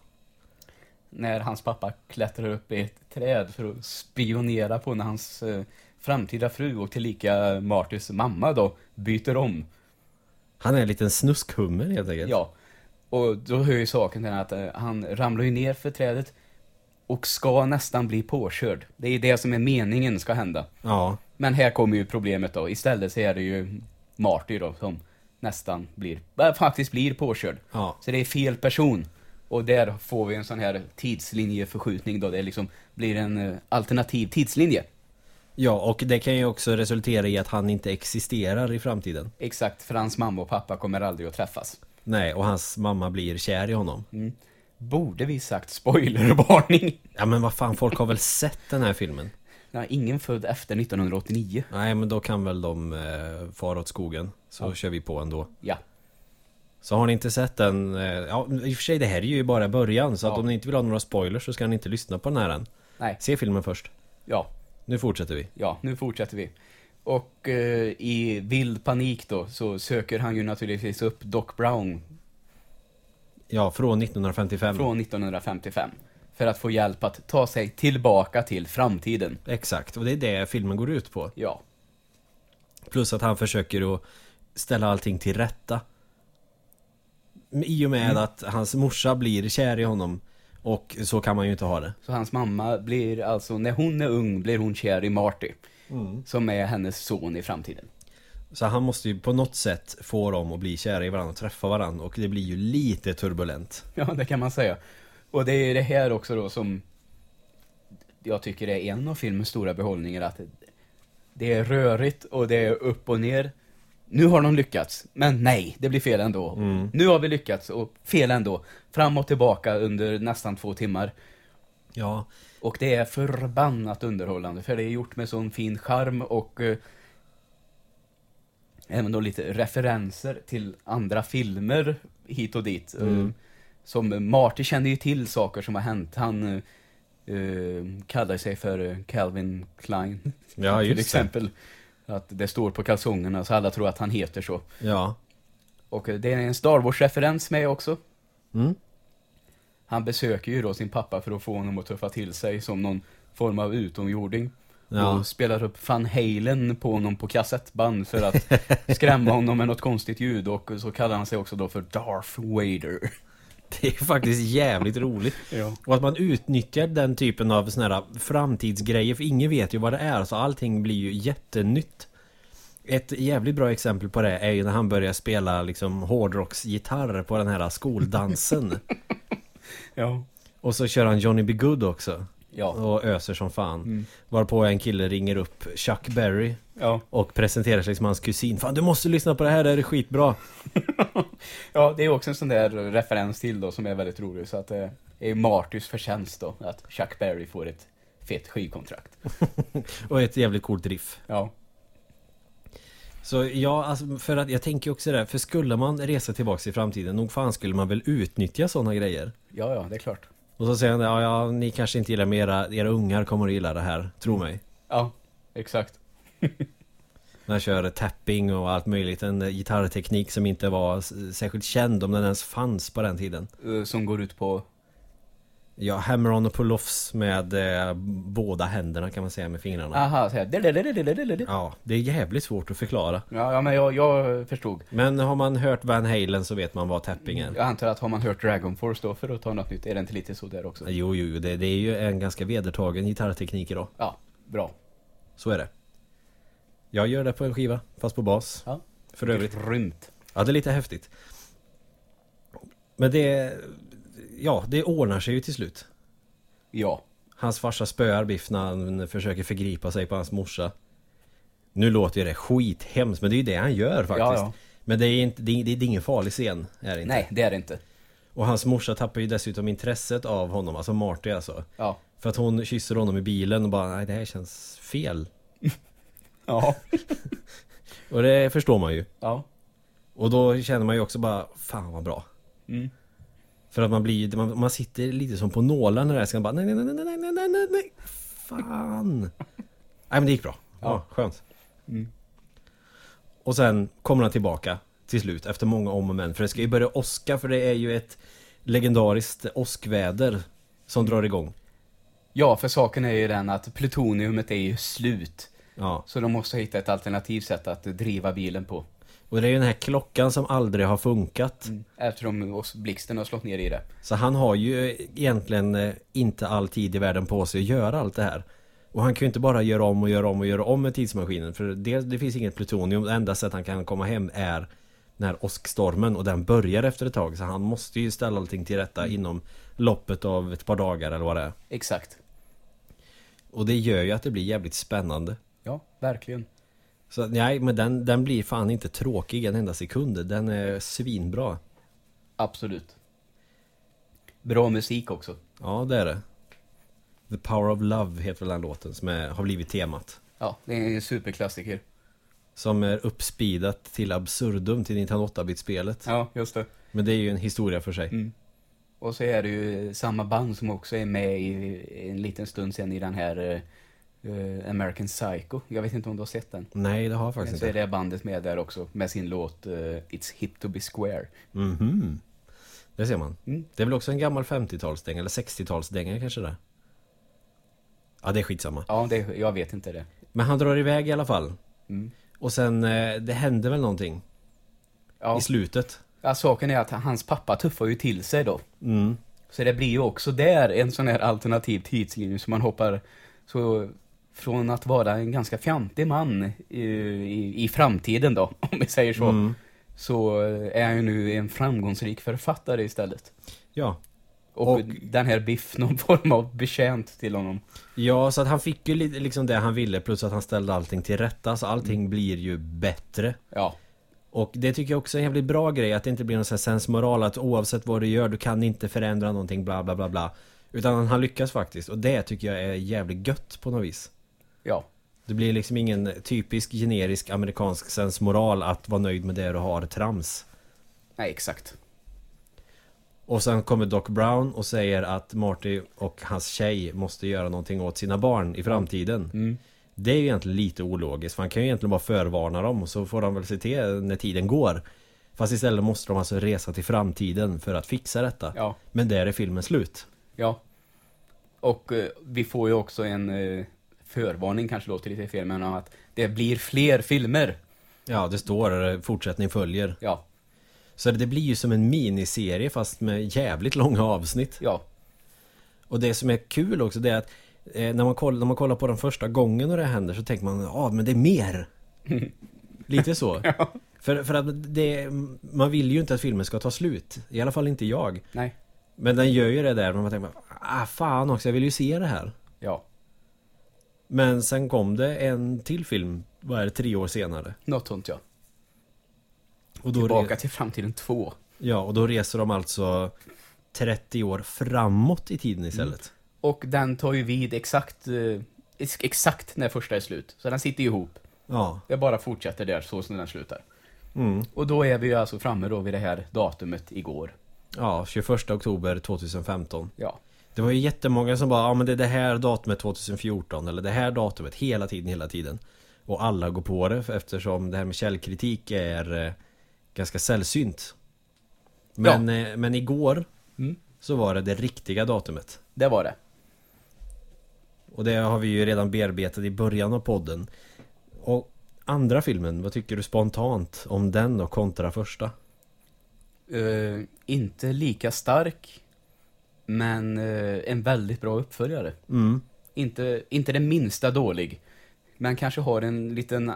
B: När hans pappa klättrar upp i ett träd för att spionera på när hans eh, framtida fru och tillika Martys mamma då byter om.
A: Han är en liten snuskhummer helt enkelt.
B: Ja. Och då hör ju saken till att eh, han ramlar ju ner för trädet och ska nästan bli påkörd. Det är ju det som är meningen ska hända.
A: Ja,
B: Men här kommer ju problemet då. Istället så är det ju Marty då som nästan blir, äh, faktiskt blir påkörd.
A: ja.
B: Så det är fel person. Och där får vi en sån här tidslinjeförskjutning då. Det liksom blir en eh, alternativ tidslinje.
A: ja och det kan ju också resultera i att han inte existerar i framtiden.
B: Exakt, för hans mamma och pappa kommer aldrig att träffas. Mm.
A: Nej, och hans mamma blir kär i honom.
B: Borde vi sagt spoilervarning? *laughs*
A: Ja men vad fan, folk har väl sett den här filmen?
B: Ja, ingen född efter 1989.
A: Nej men då kan väl de eh, fara åt skogen. Så kör vi på ändå.
B: Ja.
A: Så har ni inte sett den, eh, ja i och för sig det här är ju bara början. Så att
B: Ja.
A: om ni inte vill ha några spoilers så ska ni inte lyssna på den här än.
B: Nej.
A: Se filmen först.
B: Ja.
A: Nu fortsätter vi.
B: Ja, nu fortsätter vi. Och eh, i vild panik då så söker han ju naturligtvis upp Doc Brown
A: Ja, från 1955.
B: från 1955. För att få hjälp att ta sig tillbaka till framtiden.
A: Exakt, och det är det filmen går ut på.
B: Ja.
A: Plus att han försöker att ställa allting till rätta. I och med att hans morsa blir kär i honom. Och så kan man ju inte ha det.
B: Så hans mamma blir alltså, när hon är ung blir hon kär i Marty. Som är hennes son i framtiden. *laughs*
A: Så han måste ju på något sätt få dem att bli kära i varandra och träffa varandra. Och det blir ju lite turbulent.
B: Ja, det kan man säga. Och det är det här också då som jag tycker är en av filmens stora behållningar. Att det är rörigt och det är upp och ner. Nu har de lyckats, men nej, det blir fel ändå. Nu har vi lyckats och fel ändå. Fram och tillbaka under nästan två timmar.
A: Ja,
B: Och det är förbannat underhållande, för det är gjort med sån fin charm och eh, även då lite referenser till andra filmer hit och dit. Eh,
A: Mm.
B: som Marty känner ju till saker som har hänt. Han eh, eh, kallar sig för eh, Calvin Klein,
A: ja
B: till
A: just det.
B: exempel. Att det står på kalsongerna, så alla tror att han heter så.
A: Ja.
B: Och eh, det är en Star Wars-referens med också.
A: Mm.
B: Han besöker ju då sin pappa för att få honom att tuffa till sig som någon form av utomjording.
A: Ja.
B: Och spelar upp Van Halen på honom på kassettband för att *laughs* skrämma honom med något konstigt ljud och så kallar han sig också då för Darth Vader.
A: Det är faktiskt jävligt roligt.
B: *laughs*
C: Ja.
A: Och att man utnyttjar den typen av såna här framtidsgrejer. För ingen vet ju vad det är. Så allting blir ju jättenytt. Ett jävligt bra exempel på det är ju när han börjar spela liksom hårdrocksgitarr på den här skoldansen.
C: Ja.
A: Och så kör han Johnny B. Good också.
B: Ja.
A: Och öser som fan. Varpå en kille ringer upp Chuck Berry.
C: Ja.
A: Och presenterar sig som hans kusin. Fan du måste lyssna på det här, det här är skitbra.
B: ja, det är också en sån där referens till då som är väldigt rolig. Så att det är Martys förtjänst då att Chuck Berry får ett fett skivkontrakt.
A: Och ett jävligt coolt riff.
B: Ja.
A: Så ja, alltså, för att jag tänker ju också det här, för skulle man resa tillbaks i framtiden, nog fan skulle man väl utnyttja sådana grejer?
B: ja, ja, det är klart.
A: Och så säger han ja, ja, ni kanske inte gillar med era, era ungar kommer att gilla det här, tro mig.
B: Ja, exakt.
A: När han kör tapping och allt möjligt, en eh, gitarrteknik som inte var s- särskilt känd om den ens fanns på den tiden.
B: Eh, Som går ut på...
A: Ja, hammer-on och pull-offs med eh, båda händerna kan man säga med fingrarna.
B: Aha, så här.
A: Ja, det är jävligt svårt att förklara.
B: Ja, ja men jag, jag förstod.
A: Men har man hört Van Halen så vet man vad tapping är.
B: Jag antar att har man hört Dragon Force då för att ta något nytt, är det inte lite så där också?
A: Jo, jo, jo, det, det är ju en ganska vedertagen gitarrteknik idag.
B: Ja, bra.
A: Så är det. Jag gör det på en skiva, fast på bas.
B: Ja.
A: För övrigt.
B: Grymt.
A: Ja, det är lite häftigt. Men det... Ja, det ordnar sig ju till slut.
B: Ja.
A: Hans farsa spöar Biff när han försöker förgripa sig på hans morsa. Nu låter ju det skithemskt, men det är ju det han gör faktiskt.
B: Ja, ja.
A: Men det är, inte, det, är, det är ingen farlig scen. Är det inte.
B: Nej, det är det inte.
A: Och hans morsa tappar ju dessutom intresset av honom, alltså Marty alltså.
B: Ja.
A: För att hon kysser honom i bilen och bara, nej det här känns fel.
B: *laughs* Ja.
A: Och det förstår man ju.
B: ja.
A: Och då känner man ju också bara, fan vad bra.
B: Mm.
A: För att man blir, man, man sitter lite som på nålar när det här ska bara, nej, nej, nej, nej, nej, nej, nej, nej, nej, fan. Nej men det gick bra. Ja, skönt.
B: Mm.
A: Och sen kommer han tillbaka till slut efter många om och men. För det ska ju börja åska för det är ju ett legendariskt åskväder som drar igång.
B: Ja, för saken är ju den att plutoniumet är ju slut.
A: Ja.
B: Så de måste hitta ett alternativt sätt att driva bilen på.
A: Och det är ju den här klockan som aldrig har funkat.
B: Mm. Eftersom oss- blixten har slått ner i det.
A: Så han har ju egentligen eh, inte all tid i världen på sig att göra allt det här. Och han kan ju inte bara göra om och göra om och göra om med tidsmaskinen. För det, det finns inget plutonium. Det enda sätt han kan komma hem är den här åskstormen. Och den börjar efter ett tag. Så han måste ju ställa allting till rätta inom loppet av ett par dagar eller vad det är.
B: Exakt.
A: Och det gör ju att det blir jävligt spännande.
B: Ja, verkligen.
A: Så att, nej, men den, den blir fan inte tråkig en enda sekund. Den är svinbra.
B: Absolut. Bra musik också.
A: Ja, det är det. The Power of Love heter väl den låten som är, har blivit temat.
B: Ja, det är en superklassiker.
A: Som är uppspeedat till absurdum till 1908-bit-spelet.
B: Ja, just det.
A: Men det är ju en historia för
B: Mm.
A: sig.
B: Och så är det ju samma band som också är med i en liten stund sen i den här eh, eh, American Psycho. Jag vet inte om du har sett den.
A: Nej, det har jag faktiskt
B: Så är
A: inte.
B: det bandet med där också med sin låt eh, It's Hip To Be Square.
A: Mhm. Det ser man.
B: Mm.
A: Det är väl också en gammal 50-talsdänga, eller 60-talsdänga kanske det. är. Ja, det är skitsamma.
B: Ja, det, jag vet inte det.
A: Men han drar iväg i alla fall.
B: Mm.
A: Och sen, eh, det hände väl någonting
B: Ja.
A: i slutet.
B: ja, saken är att hans pappa tuffar ju till sig då.
A: Mm.
B: Så det blir ju också där en sån här alternativ tidslinje som man hoppar så från att vara en ganska fjantig man i, i, i framtiden då, *laughs* om vi säger så,
A: Mm.
B: så är han ju nu en framgångsrik författare istället.
A: Ja.
B: Och,
A: Och-
B: den här Biff *laughs* någon form av betjänt till honom.
A: Ja, så att han fick ju li- liksom det han ville plus att han ställde allting till rätta. Så allting
B: Mm.
A: blir ju bättre.
B: Ja,
A: Och det tycker jag också är en jävligt bra grej att det inte blir någon sån här sensmoral att oavsett vad du gör du kan inte förändra någonting bla bla bla bla. Utan han lyckas faktiskt och det tycker jag är jävligt gött på något vis.
B: ja,
A: Det blir liksom ingen typisk generisk amerikansk sensmoral att vara nöjd med det du har trams.
B: nej exakt.
A: Och sen kommer Doc Brown och säger att Marty och hans tjej måste göra någonting åt sina barn i framtiden. Det är ju egentligen lite ologiskt för han kan ju egentligen bara förvarna dem och så får de väl se till när tiden går. Fast istället måste de alltså resa till framtiden för att fixa detta.
B: Ja,
A: Men där är filmen slut.
B: ja. Och eh, vi får ju också en eh, förvarning, kanske låter lite fel, men om att det blir fler filmer.
A: Ja, det står eh, fortsättning följer.
B: Ja,
A: Så det blir ju som en miniserie fast med jävligt långa avsnitt.
B: Ja.
A: Och det som är kul också det är att eh, när, man kollar, när man kollar på den första gången och det händer så tänker man ja ah, men det är mer. Lite så. För, för att det, man vill ju inte att filmen ska ta slut. I alla fall inte jag.
B: Nej.
A: Men den gör ju det där. Men man tänker bara, ah fan också, jag vill ju se det här.
B: Ja.
A: Men sen kom det en till film, vad är det, tre år senare.
B: Något sånt ja.
A: Och då
B: Tillbaka till framtiden 2.
A: Ja, och då reser de alltså 30 år framåt i tiden istället.
B: Och den tar ju vid exakt, eh, ex- exakt när första är slut. Så den sitter ihop.
A: Ja.
B: Det bara fortsätter där så som den slutar.
A: Mm.
B: Och då är vi ju alltså framme då vid det här datumet igår.
A: ja, 21 oktober 2015.
B: Ja.
A: Det var ju jättemånga som bara, ja men det är det här datumet 2014 eller det här datumet hela tiden, hela tiden. Och alla går på det för- eftersom det här med källkritik är eh, ganska sällsynt. Men, eh, men igår
B: Mm.
A: så var det det riktiga datumet.
B: Det var det.
A: Och det har vi ju redan bearbetat i början av podden. Och andra filmen, vad tycker du spontant om den då kontra första?
B: Eh, inte lika stark, men eh, en väldigt bra uppföljare.
A: Mm.
B: Inte, inte den minsta dålig, men kanske har en liten...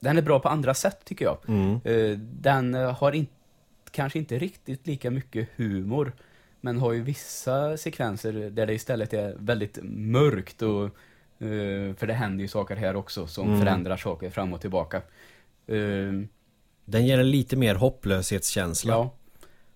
B: Den är bra på andra sätt tycker jag.
A: Mm.
B: Eh, den eh, har in, kanske inte riktigt lika mycket humor, men har ju vissa sekvenser där det istället är väldigt mörkt och eh, för det händer ju saker här också som
A: Mm.
B: förändrar saker fram och tillbaka. Eh,
A: Den ger en lite mer hopplöshetskänsla.
B: Ja.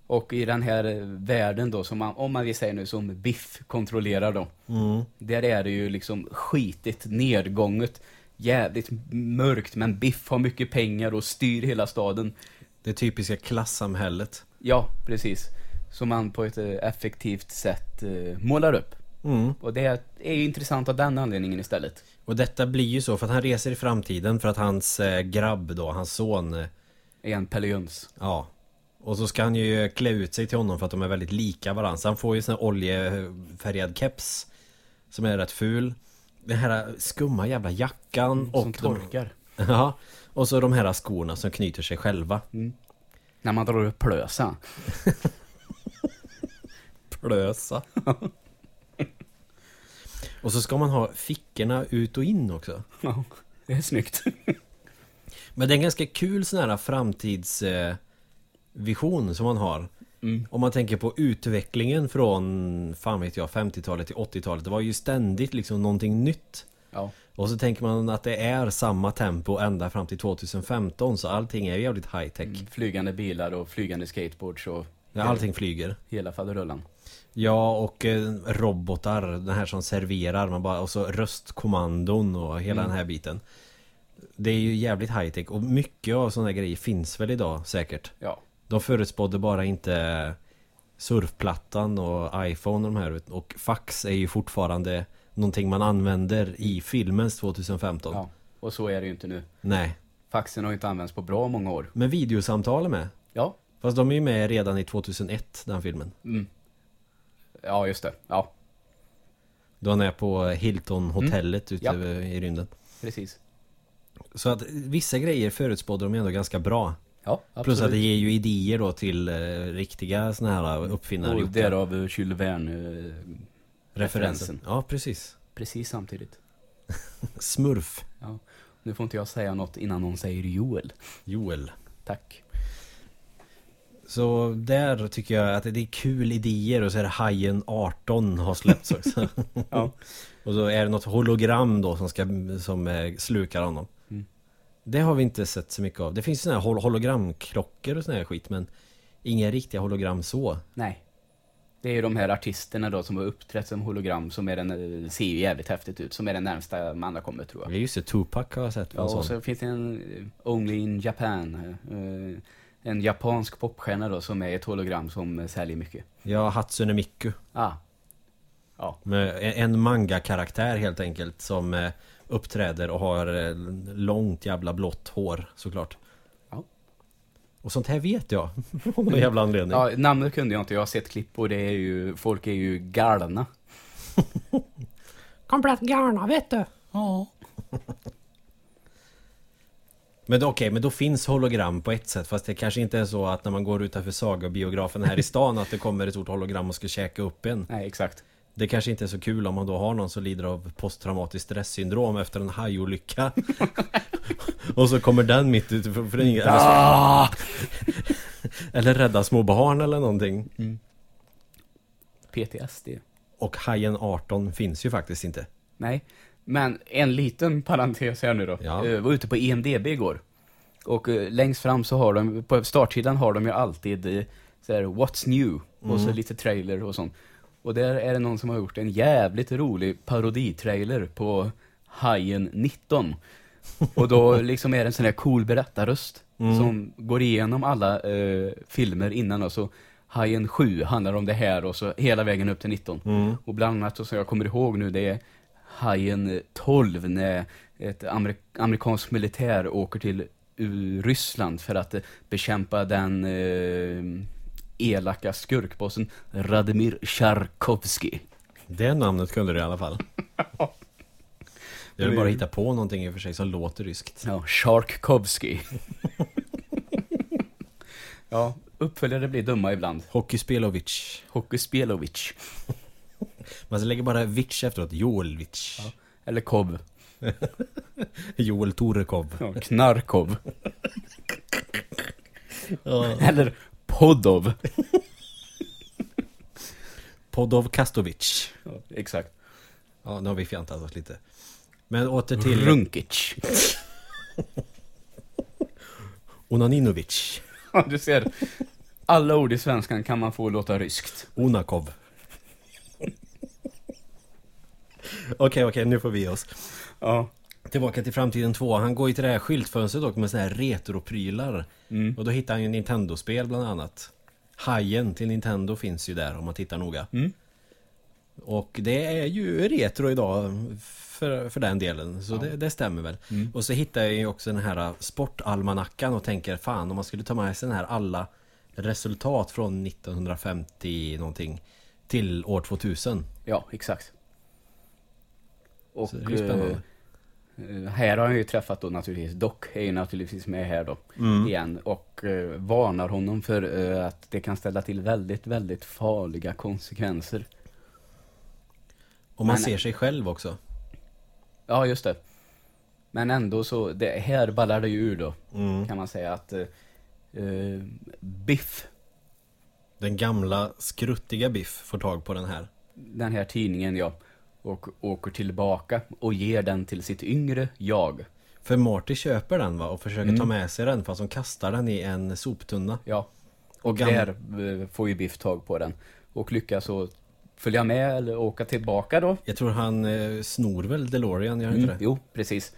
B: Och i den här världen då, som man, om man vill säga nu, som Biff kontrollerar då.
A: Mm.
B: Där är det ju liksom skitigt, nedgånget, jävligt mörkt, men Biff har mycket pengar och styr hela staden.
A: Det typiska klassamhället.
B: Ja, precis. Som man på ett eh, effektivt sätt eh, målar upp.
A: Mm.
B: Och det är, är ju intressant av den anledningen istället.
A: Och detta blir ju så för att han reser i framtiden för att hans eh, grabb då, hans son, eh,
B: Är en Pelle Jöns.
A: ja. Och så ska han ju klä ut sig till honom för att de är väldigt lika varandra. Så han får ju sån här oljefärgad keps. Som är rätt ful. Den här skumma jävla jackan och...
B: Mm, Som
A: de-
B: torkar.
A: *laughs* Ja. Och så de här skorna som knyter sig själva.
B: När man drar upp plösa.
A: Plösa. *laughs* och så ska man ha fickorna ut och in också.
B: Ja, det är snyggt.
A: Men det är en ganska kul sån här framtidsvision eh, som man har.
B: Mm.
A: Om man tänker på utvecklingen från, fan vet jag, 50-talet till 80-talet. Det var ju ständigt liksom någonting nytt.
B: Ja.
A: Och så tänker man att det är samma tempo ända fram till 2015. Så allting är ju jävligt high tech.
B: Mm, Flygande bilar och flygande skateboards och
A: Ja, Allting flyger.
B: hela faderullan.
A: Ja, och eh, robotar, den här som serverar. Man bara, och så röstkommandon och hela den här biten. Det är ju jävligt high tech. Och mycket av sådana grejer finns väl idag säkert.
B: Ja.
A: De förutspådde bara inte surfplattan och iPhone och de här. ut- Och fax är ju fortfarande någonting man använder i filmens 2015.
B: ja. Och så är det ju inte nu.
A: Nej.
B: Faxen har ju inte använts på bra många år.
A: Men videosamtal är med.
B: Ja.
A: Fast de är ju med redan i 2001, den filmen.
B: Mm. Ja, just det. Ja,
A: Då han är på Hilton-hotellet
B: Mm.
A: ute i rymden.
B: precis.
A: Så att vissa grejer förutspådde de ändå ganska bra.
B: Ja, absolut.
A: Plus att det ger ju idéer då till eh, riktiga såna här
B: Oh,
A: uppfinnare.
B: Och därav eh, Jules Verne, eh,
A: referensen. Ja, precis.
B: precis samtidigt.
A: Smurf.
B: Ja. Nu får inte jag säga något innan någon säger Joel.
A: Joel.
B: Tack.
A: Så där tycker jag att det är kul idéer och så är det Hajen 18 har släppts också.
B: *laughs* Ja.
A: *laughs* och så är det något hologram då som, ska, som eh, slukar honom.
B: Mm.
A: Det har vi inte sett så mycket av. Det finns sådana här hol- hologramklockor och sån här skit men inga riktiga hologram så.
B: Nej. Det är ju de här artisterna då som har uppträtt som hologram som är den, eh, ser ju jävligt häftigt ut, som är den närmsta man har kommit tror jag.
A: Ja just det, Tupac har jag sett
B: Ja,
A: på en
B: och
A: sån.
B: så finns det en eh, Only in Japan. eh, En japansk popstjärna då som är ett hologram som eh, säljer mycket.
A: Ja, Hatsune Miku.
B: Ah. Ja,
A: Med en- en manga-karaktär helt enkelt som eh, uppträder och har eh, långt jävla blått hår såklart.
B: Ja.
A: Och sånt här vet jag. *laughs* Av någon jävla anledning.
B: ja namnet kunde jag inte, jag har sett klipp och det är ju, folk är ju galna.
A: Komplett garna vet du.
B: Ja.
A: *laughs* Men då- okej, men då finns hologram på ett sätt Fast det kanske inte är så att när man går utanför Saga-biografen här i stan Att det kommer ett stort hologram och ska käka upp en
B: Nej, exakt.
A: Det kanske inte är så kul om man då har någon som lider av posttraumatiskt stresssyndrom efter en hajolycka Och så kommer den mitt ute för, för ingen, eller,
B: Ah!
A: eller rädda små barn eller någonting
B: PTSD.
A: Och hajen 18 finns ju faktiskt inte
B: Nej, men en liten parentes här nu då.
A: Ja.
B: Jag var ute på E IMDB igår. Och eh, längst fram så har de, på startsidan har de ju alltid eh, så här, What's new? Och så lite trailer och sånt. Och där är det någon som har gjort en jävligt rolig paroditrailer på Hajen 19. Och då liksom är det en sån där cool berättarröst som går igenom alla eh, filmer innan och så Hajen 7 handlar om det här och så hela vägen upp till 19. Och bland annat så som jag kommer ihåg nu det är Hajen 12 när ett amerik amerikansk militär åker till U- Ryssland för att eh, bekämpa den eh, elaka skurkbossen Radimir Tjarkovsky.
A: Det namnet kunde du i alla fall Jag vill bara hitta på någonting i och för sig som låter ryskt
B: Ja, Sharkovsky. *laughs* ja, uppföljare blir dumma ibland.
A: Hockeyspelovic
B: Hokuspelovic.
A: Man lägger bara Vic efteråt, Joelvic
B: Eller Kov.
A: Joel Torekov
B: Ja, *laughs* Knarkov. Eller Podov.
A: Podov Kastovic
B: Ja, exakt.
A: Ja, nu har vi fjantat oss lite Men åter till
B: Runkic.
A: Onaninovic
B: Ja, du ser. Alla ord i svenskan kan man få låta ryskt.
A: Onakov Okej, *laughs* okej, nu får vi ge oss
B: Ja.
A: Tillbaka till Framtiden 2 Han går ju till det här skyltfönstret dock med såna här retroprylar
B: Mm.
A: Och då hittar han ju Nintendo-spel bland annat Hajen till Nintendo finns ju där om man tittar noga
B: Mm.
A: Och det är ju retro idag för, för den delen, så det, det stämmer väl.
B: Mm.
A: Och så hittar jag ju också den här sportalmanackan och tänker fan om man skulle ta med sig den här alla resultat från 1950 någonting till år 2000.
B: Ja, exakt. Och
A: Så det är ju spännande.
B: eh, här har han ju träffat då naturligtvis, Doc är ju naturligtvis med här då
A: Mm.
B: igen och eh, varnar honom för eh, att det kan ställa till väldigt, väldigt farliga konsekvenser.
A: Och man
B: Men-
A: ser sig själv också.
B: Ja, just det. Men ändå så, det, här ballar det ju ur då,
A: Mm.
B: kan man säga att eh, eh, Biff,
A: Den gamla skruttiga Biff får tag på den här.
B: den här tidningen ja, och åker tillbaka och ger den till sitt yngre jag.
A: För Marty köper den va och försöker ta med sig den fast hon kastar den i en soptunna.
B: Ja. Och
A: Gam-
B: där eh, får ju Biff tag på den. Och lyckas så följa med eller åka tillbaka då. Mm,
A: Jag tror han eh, snor väl DeLorean, gör han inte det?
B: Jo, precis.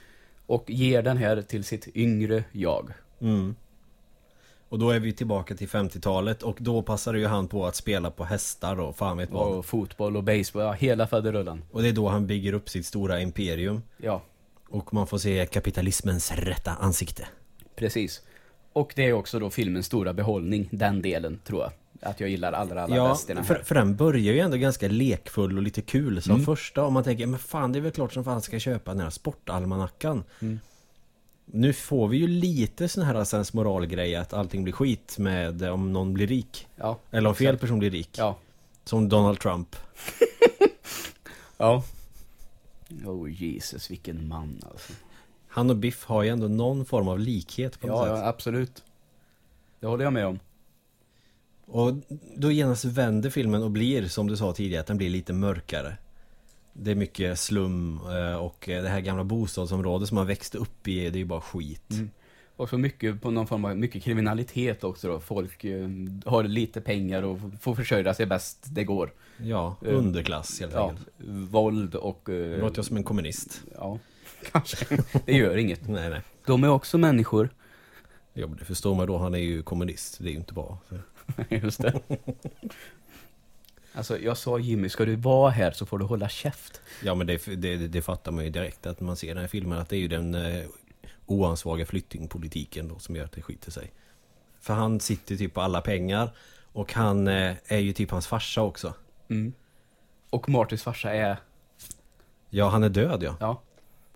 B: Och ger den här till sitt yngre jag.
A: Mm. Och då är vi tillbaka till 50-talet och då passade ju han på att spela på hästar och fan vet vad.
B: Och fotboll och baseball, ja, hela faderullan.
A: Och det är då han bygger upp sitt stora imperium.
B: Ja,
A: Och man får se kapitalismens rätta ansikte.
B: precis. Och det är också då filmens stora behållning, den delen, tror jag. Att jag gillar allra, allra
A: Ja,
B: bäst i den här. Mm.
A: för, för den börjar ju ändå ganska lekfull och lite kul som första. Och man tänker, men fan det är väl klart som fan ska köpa den här sportalmanackan.
B: Mm.
A: Nu får vi ju lite sån här sensmoralgrej att allting blir skit med eh, om någon blir rik.
B: Ja,
A: Eller om fel person blir rik.
B: ja.
A: Som Donald Trump.
B: Ja. Oh Jesus, vilken man alltså.
A: Han och Biff har ju ändå någon form av likhet på något
B: Ja,
A: sätt.
B: ja, absolut. Det håller jag med om.
A: Och då genast vänder filmen och blir, som du sa tidigare, att den blir lite mörkare. Det är mycket slum eh, och eh, det här gamla bostadsområdet som man växte upp i, det är ju bara skit.
B: Och så mycket på någon form av, mycket kriminalitet också då. Folk eh, har lite pengar och f- får försörja sig bäst det går.
A: Ja, underklass helt
B: Ja,
A: enkelt.
B: våld och... eh,
A: Nu låter jag som en kommunist. *laughs*
B: ja, kanske. Det gör inget.
A: Nej, nej.
B: De är också människor. *laughs*
A: Ja, men det förstår man då, han är ju kommunist. Det är ju inte bra.
B: Just det. Alltså jag sa Jimmy, ska du vara här så får du hålla käft.
A: Ja, men det, det, det fattar man ju direkt att man ser den här filmen, att det är ju den eh, oansvariga flyktingpolitiken då som gör att det skiter sig. För han sitter typ på alla pengar och han eh, är ju typ hans farsa också.
B: Och Martins farsa är,
A: Ja, han är död ja.
B: ja.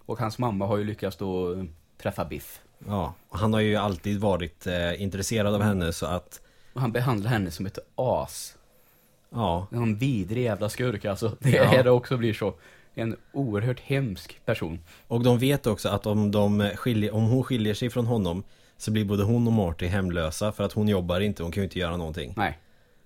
B: Och hans mamma har ju lyckats då eh, träffa Biff.
A: Ja, och han har ju alltid varit eh, intresserad av henne så att
B: Och han behandlar henne som ett as.
A: ja,
B: En vidrig jävla skurk alltså. Det
A: Ja.
B: är det också blir så. En oerhört hemsk person.
A: Och de vet också att om, de skiljer, om hon skiljer sig från honom så blir både hon och Marty hemlösa för att hon jobbar inte, hon kan ju inte göra någonting.
B: Nej,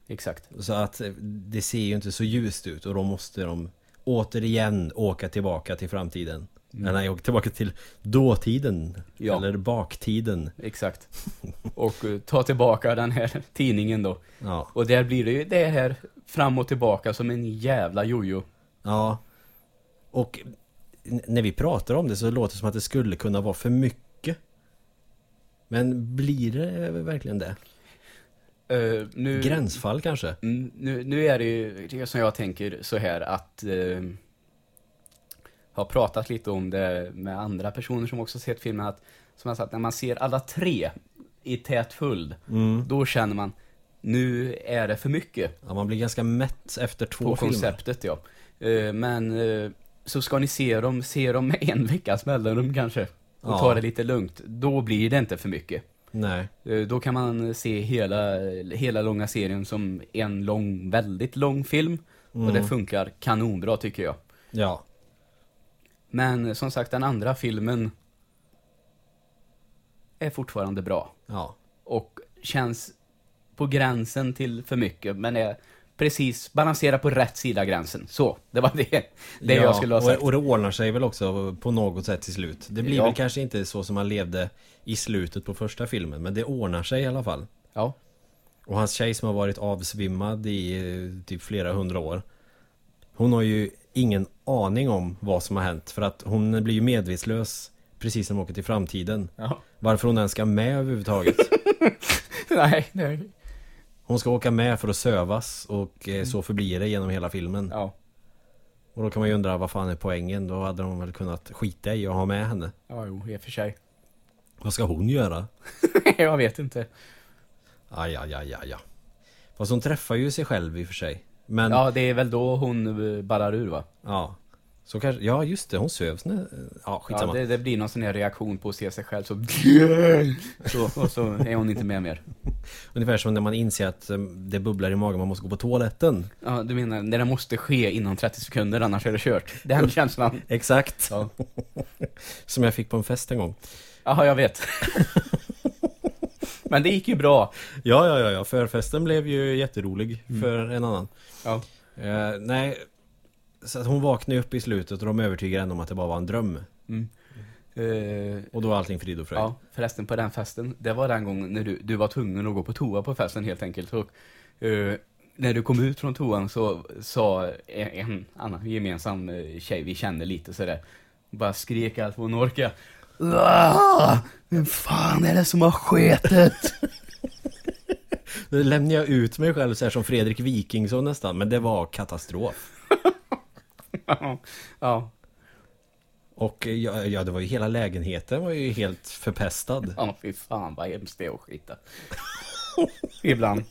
B: exakt.
A: Så att eh, det ser ju inte så ljust ut och då måste de återigen åka tillbaka till framtiden. Mm. Nej, åka tillbaka till dåtiden.
B: Ja.
A: Eller baktiden.
B: Exakt. Och eh, ta tillbaka den här tidningen då.
A: Ja.
B: Och där blir det ju det här fram och tillbaka som en jävla jojo.
A: ja. Och n- när vi pratar om det så låter det som att det skulle kunna vara för mycket. Men blir det verkligen det?
B: Eh, nu,
A: Gränsfall kanske?
B: Mm, nu, nu är det ju det som jag tänker så här att eh, har pratat lite om det med andra personer som också sett filmen att som jag sagt, när man ser alla tre i tät följd
A: Mm.
B: då känner man nu är det för mycket.
A: Ja, man blir ganska mätt efter
B: på
A: två filmer.
B: konceptet ja. Eh, Men eh, så ska ni se dem, se dem med en veckas mellanrum kanske. Och
A: Ja.
B: ta det lite lugnt. Då blir det inte för mycket.
A: Nej.
B: Eh, Då kan man se hela, hela långa serien som en lång, väldigt lång film. Och det funkar kanonbra tycker jag.
A: Ja.
B: Men eh, som sagt, den andra filmen är fortfarande bra.
A: Ja.
B: Och känns på gränsen till för mycket, men är precis balanserar på rätt sida gränsen. Så, det var det, det
A: ja.
B: jag skulle ha sagt.
A: Och, och det ordnar sig väl också på något sätt till slut. Det blir
B: Ja.
A: väl kanske inte så som han levde i slutet på första filmen, men det ordnar sig i alla fall.
B: Ja,
A: Och hans tjej som har varit avsvimmad i eh, typ flera hundra år. Hon har ju ingen aning om vad som har hänt för att hon blir ju medvetslös precis när hon åker till framtiden.
B: ja.
A: Varför hon ens ska med *laughs* överhuvudtaget.
B: *laughs* Nej, nej.
A: Hon ska åka med för att sövas och eh, så förblir det genom hela filmen.
B: Ja,
A: Och då kan man ju undra vad fan är poängen? Då hade de väl kunnat skita i att ha med henne.
B: ja jo, i och för sig.
A: Vad ska hon göra?
B: *laughs* jag vet inte.
A: Aj, aj, aj, aj, aj. Fast hon träffar ju sig själv i och för sig. Men ja,
B: Ja, det är väl då hon eh, ballar ur va?
A: Så kanske, ja just det, hon sövs nu. Ja,
B: Ja,
A: skitsamma.
B: det, det blir någon sån här reaktion på att se sig själv så... så och så är hon inte med mer.
A: Ungefär som när man inser att eh, det bubblar i magen, man måste gå på toaletten.
B: Ja, du menar, det där måste ske inom 30 sekunder annars är det kört. Den känslan.
A: Exakt.
B: Ja,
A: *laughs* Som jag fick på en fest en gång.
B: Jaha, jag vet. *laughs* Men det gick ju bra.
A: Ja, ja, ja, ja. förfesten blev ju jätterolig för en annan.
B: Ja.
A: Mm. Eh, nej, så att hon vaknar ju upp i slutet och de övertygar henne om att det bara var en dröm.
B: Eh,
A: Och då är allting frid och fröjd.
B: ja, förresten på den festen, det var den gången när du, du var tvungen att gå på toa på festen helt enkelt. Och, eh, när du kom ut från toan så sa en, en annan gemensam eh, tjej vi kände lite sådär, bara skrek allt vad hon orkade. "Ah, Vem fan är det som har sketet?
A: Nu lämnar jag ut mig själv så här som Fredrik Wikingsson nästan, men det var katastrof.
B: ja,
A: Och eh, ja, ja det var ju hela lägenheten var ju helt förpestad.
B: ja, fy fan vad hemskt det är att skita. Ibland.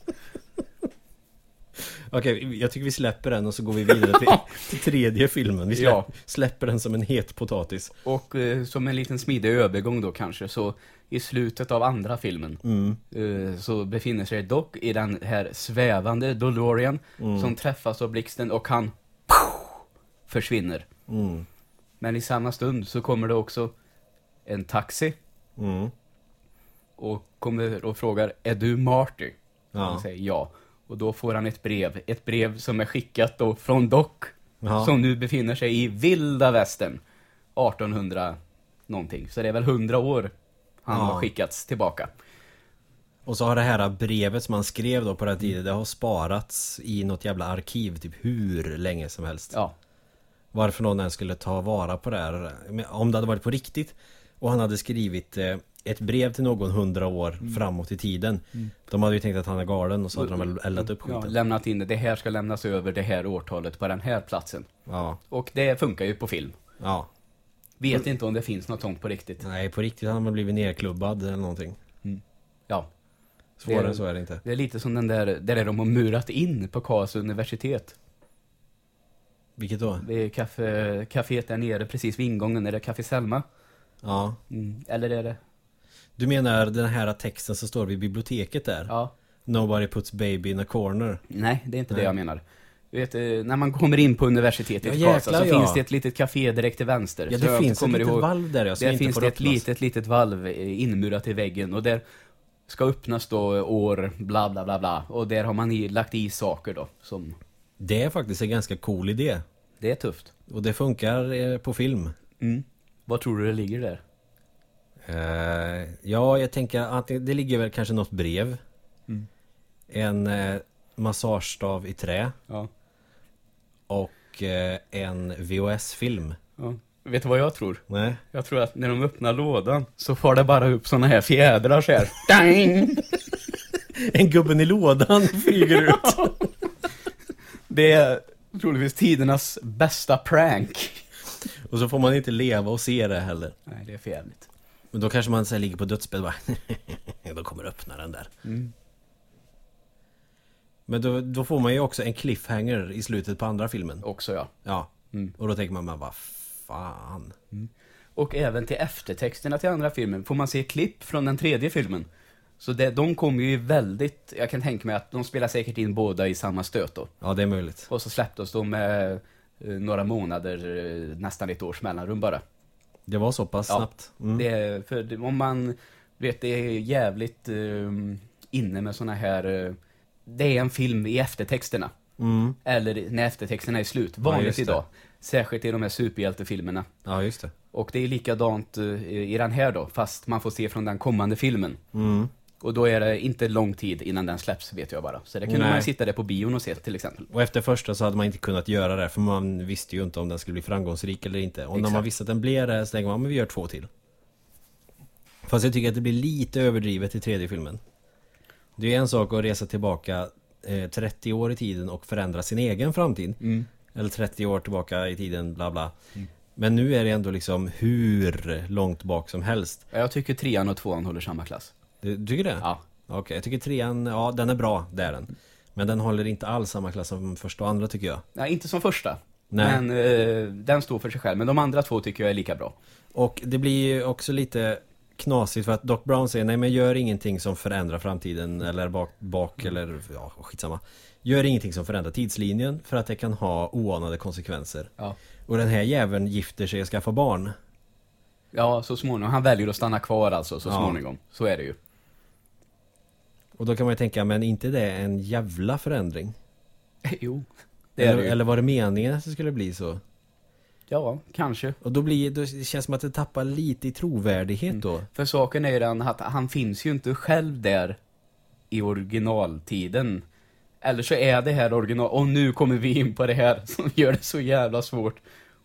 A: Okej, jag tycker vi släpper den och så går vi vidare
B: *laughs*
A: till, till tredje filmen. Vi släpp,
B: Ja.
A: släpper den som en het potatis.
B: Och eh, som en liten smidig övergång då kanske, så i slutet av andra filmen eh, så befinner sig Doc i den här svävande DeLorean som träffas av blixten och han försvinner.
A: Mm.
B: Men i samma stund så kommer det också en taxi
A: Mm.
B: och kommer och frågar Är du Marty?
A: Ja.
B: Han säger ja. Och då får han ett brev, ett brev som är skickat då från Doc
A: Ja.
B: som nu befinner sig i vilda västern 1800 någonting. Så det är väl 100 år han
A: Ja.
B: har skickats tillbaka.
A: Och så har det här brevet som han skrev då på den här tiden, det har sparats i något jävla arkiv typ hur länge som helst.
B: Ja,
A: Varför någon ens skulle ta vara på det här Men Om det hade varit på riktigt Och han hade skrivit eh, ett brev till någon hundra år
B: Mm.
A: framåt i tiden De hade ju tänkt att han är galen och så hade de väl eldat upp
B: ja,
A: skiten Ja,
B: lämnat in det. Det här ska lämnas över det här årtalet på den här platsen.
A: ja,
B: Och det funkar ju på film. Vet inte om det finns något sånt på riktigt.
A: Nej på riktigt hade han väl blivit nerklubbad eller någonting
B: Ja,
A: Svårare
B: Det-
A: än så är det inte
B: det är lite som den där, där de har murat in på Karls universitet.
A: Vilket då?
B: Det är kaffe, kaféet där nere precis vid ingången. Är det Café Selma?
A: Ja
B: Mm. Eller är det?
A: Du menar den här texten som står vid biblioteket där?
B: Ja.
A: Nobody puts baby in a corner.
B: Nej, det är inte det jag menar. Du vet, eh, när man kommer in på universitetet i
A: Ja,
B: Karlstad så
A: jäklar, ja.
B: finns det ett litet café direkt till vänster.
A: Ja,
B: Så
A: det
B: jag
A: finns ett
B: kommer
A: litet
B: ihåg-
A: valv där ja, som
B: Där
A: inte
B: finns
A: får
B: det ett
A: öppnas.
B: litet, litet valv eh, inmurat i väggen och där ska öppnas då eh, år bla bla bla bla och där har man i, lagt i saker då som,
A: Det är faktiskt en ganska cool idé.
B: det är tufft. Mm.
A: Och det funkar eh, på film.
B: Vad tror du det ligger där?
A: Eh, ja, jag tänker att det ligger väl kanske något brev. Mm. En eh, massagestav i trä.
B: Ja.
A: Och eh, en VHS-film.
B: Vet du vad jag tror?
A: Nej.
B: Jag tror att när de öppnar lådan så far det bara upp såna här fjädrar så här. Dang!
A: *laughs* En gubben i lådan flyger ut.
B: Det är troligtvis tidernas bästa prank.
A: och så får man inte leva och se det heller.
B: Nej, det är för jävligt.
A: Men då kanske man så här ligger på dödsbädd och bara *laughs* Då kommer öppnaren där. Men då, då får man ju också en cliffhanger i slutet på andra filmen.
B: Också ja.
A: Ja. Och då tänker man bara vad fan.
B: Mm. Och även till eftertexterna till andra filmen får man se klipp från den tredje filmen. Så det, de kommer ju väldigt, jag kan tänka mig att de spelar säkert in båda i samma stöt då.
A: Ja det är möjligt.
B: Och så släpptes de med eh, några månader, eh, nästan ett års mellanrum bara.
A: Det var så pass
B: Ja.
A: snabbt. Mm.
B: Det är, för det- om man, du vet det är jävligt eh, inne med såna här, eh, det är en film i eftertexterna.
A: Mm.
B: Eller när eftertexterna är slut, vanligt
A: just det.
B: idag. Särskilt i de här superhjältefilmerna.
A: Ja just det.
B: Och det är likadant eh, i den här då, fast man får se från den kommande filmen.
A: Mm.
B: Och då är det inte lång tid innan den släpps, vet jag bara. Så det kunde
A: Nej.
B: man sitta där på bion och se till exempel.
A: Och efter första så hade man inte kunnat göra det för man visste ju inte om den skulle bli framgångsrik eller inte. Och när man
B: Exakt.
A: visste att den blev det så tänker man, "Ja, men vi gör två till. Fast jag tycker att det blir lite överdrivet i tredje filmen. Det är en sak att resa tillbaka eh, 30 år i tiden och förändra sin egen framtid.
B: Mm.
A: Eller 30 år tillbaka i tiden, bla bla. Men nu är det ändå liksom hur långt bak som helst.
B: Ja, Jag tycker trean och tvåan håller samma klass.
A: Du, du tycker det?
B: Ja.
A: Okej, jag tycker trean, ja den är bra, det är den. Men den håller inte alls samma klass som första och andra tycker jag.
B: Nej, inte som första.
A: Nej.
B: Men eh, den står för sig själv. Men de andra två tycker jag är lika bra.
A: Och det blir ju också lite knasigt för att Doc Brown säger nej men gör ingenting som förändrar framtiden eller bak, bak
B: Mm.
A: eller ja skitsamma. Gör ingenting som förändrar tidslinjen för att det kan ha oanade konsekvenser.
B: Ja.
A: Och den här jäveln gifter sig och skaffar barn.
B: Ja, så småningom. Han väljer att stanna kvar alltså, så
A: Ja.
B: småningom. Så
A: *laughs*
B: är det ju.
A: Och då kan man ju tänka men inte det är en jävla förändring?
B: jo, det är
A: eller,
B: det ju.
A: eller var det meningen att det skulle bli så?
B: Ja, kanske.
A: Och då, blir, då känns det som att det tappar lite i trovärdighet
B: Mm.
A: då.
B: För saken är ju den att han finns ju inte själv där i originaltiden. Eller så är det här original... Och nu kommer vi in på det här *laughs* som gör det så jävla svårt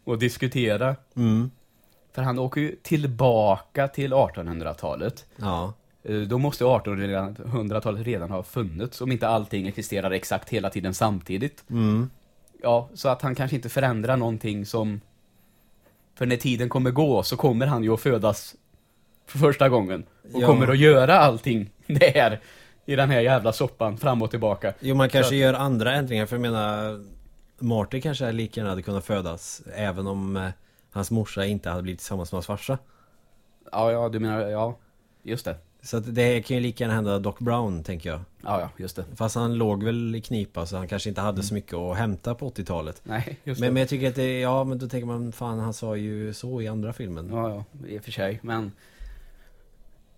B: att diskutera.
A: Mm.
B: För han åker ju tillbaka till 1800-talet.
A: Ja.
B: Eh, Då måste 1800-talet redan ha funnits om inte allting existerar exakt hela tiden samtidigt.
A: Mm.
B: Ja, så att han kanske inte förändrar någonting som... För när tiden kommer gå så kommer han ju att födas för första gången. Och
A: Ja.
B: kommer att göra allting *laughs* det här i den här jävla soppan fram och tillbaka.
A: Jo man kanske
B: Så
A: gör andra ändringar för jag menar Marty kanske lika gärna hade kunnat födas även om eh, hans morsa inte hade blivit tillsammans med hans farsa.
B: Ja, ja, du menar, ja. Just det.
A: Så att det kan ju lika gärna hända Doc Brown tänker jag.
B: Ja, ja, just det.
A: Fast han låg väl i knipa så han kanske inte hade så mycket att hämta på 80-talet.
B: Nej, Mm. just
A: Men,
B: det.
A: men jag tycker att det, ja men då tänker man fan han sa ju så i andra filmen.
B: Ja, ja, i och för sig, men...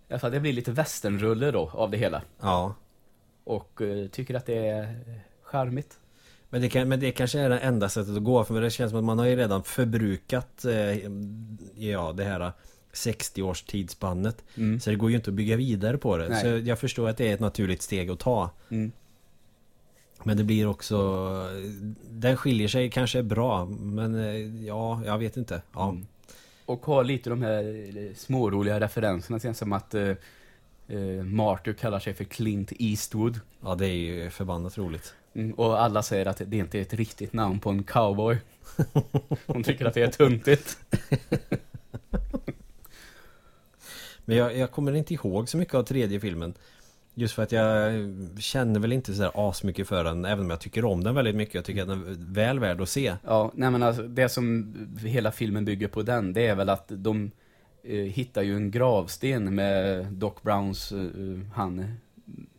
B: I alla fall, det blir lite westernrulle då av det hela.
A: Ja.
B: Och eh, tycker att det är charmigt.
A: Men det, kan, men det kanske är det enda sättet att gå för det känns som att man har ju redan förbrukat eh, ja, det här 60-års tidsspannet. Så det går ju inte att bygga vidare på det.
B: Mm. Nej.
A: Så jag förstår att det är ett naturligt steg att ta.
B: Mm.
A: Men det blir också... Den skiljer sig kanske bra men eh, ja, jag vet inte. Ja.
B: Mm. Och har lite de här eh, småroliga referenserna, till som att eh, eh, Marty kallar sig för Clint Eastwood.
A: ja, det är ju förbannat roligt.
B: Mm, och alla säger att det inte är ett riktigt namn på en cowboy. De tycker att det är tuntigt.
A: Men jag, jag kommer inte ihåg så mycket av tredje filmen. Just för att jag känner väl inte sådär asmycket för den, även om jag tycker om den väldigt mycket. Jag tycker att den är väl värd att se.
B: Ja, nej men alltså, det som hela filmen bygger på den, det är väl att de eh, hittar ju en gravsten med Doc Browns eh, han,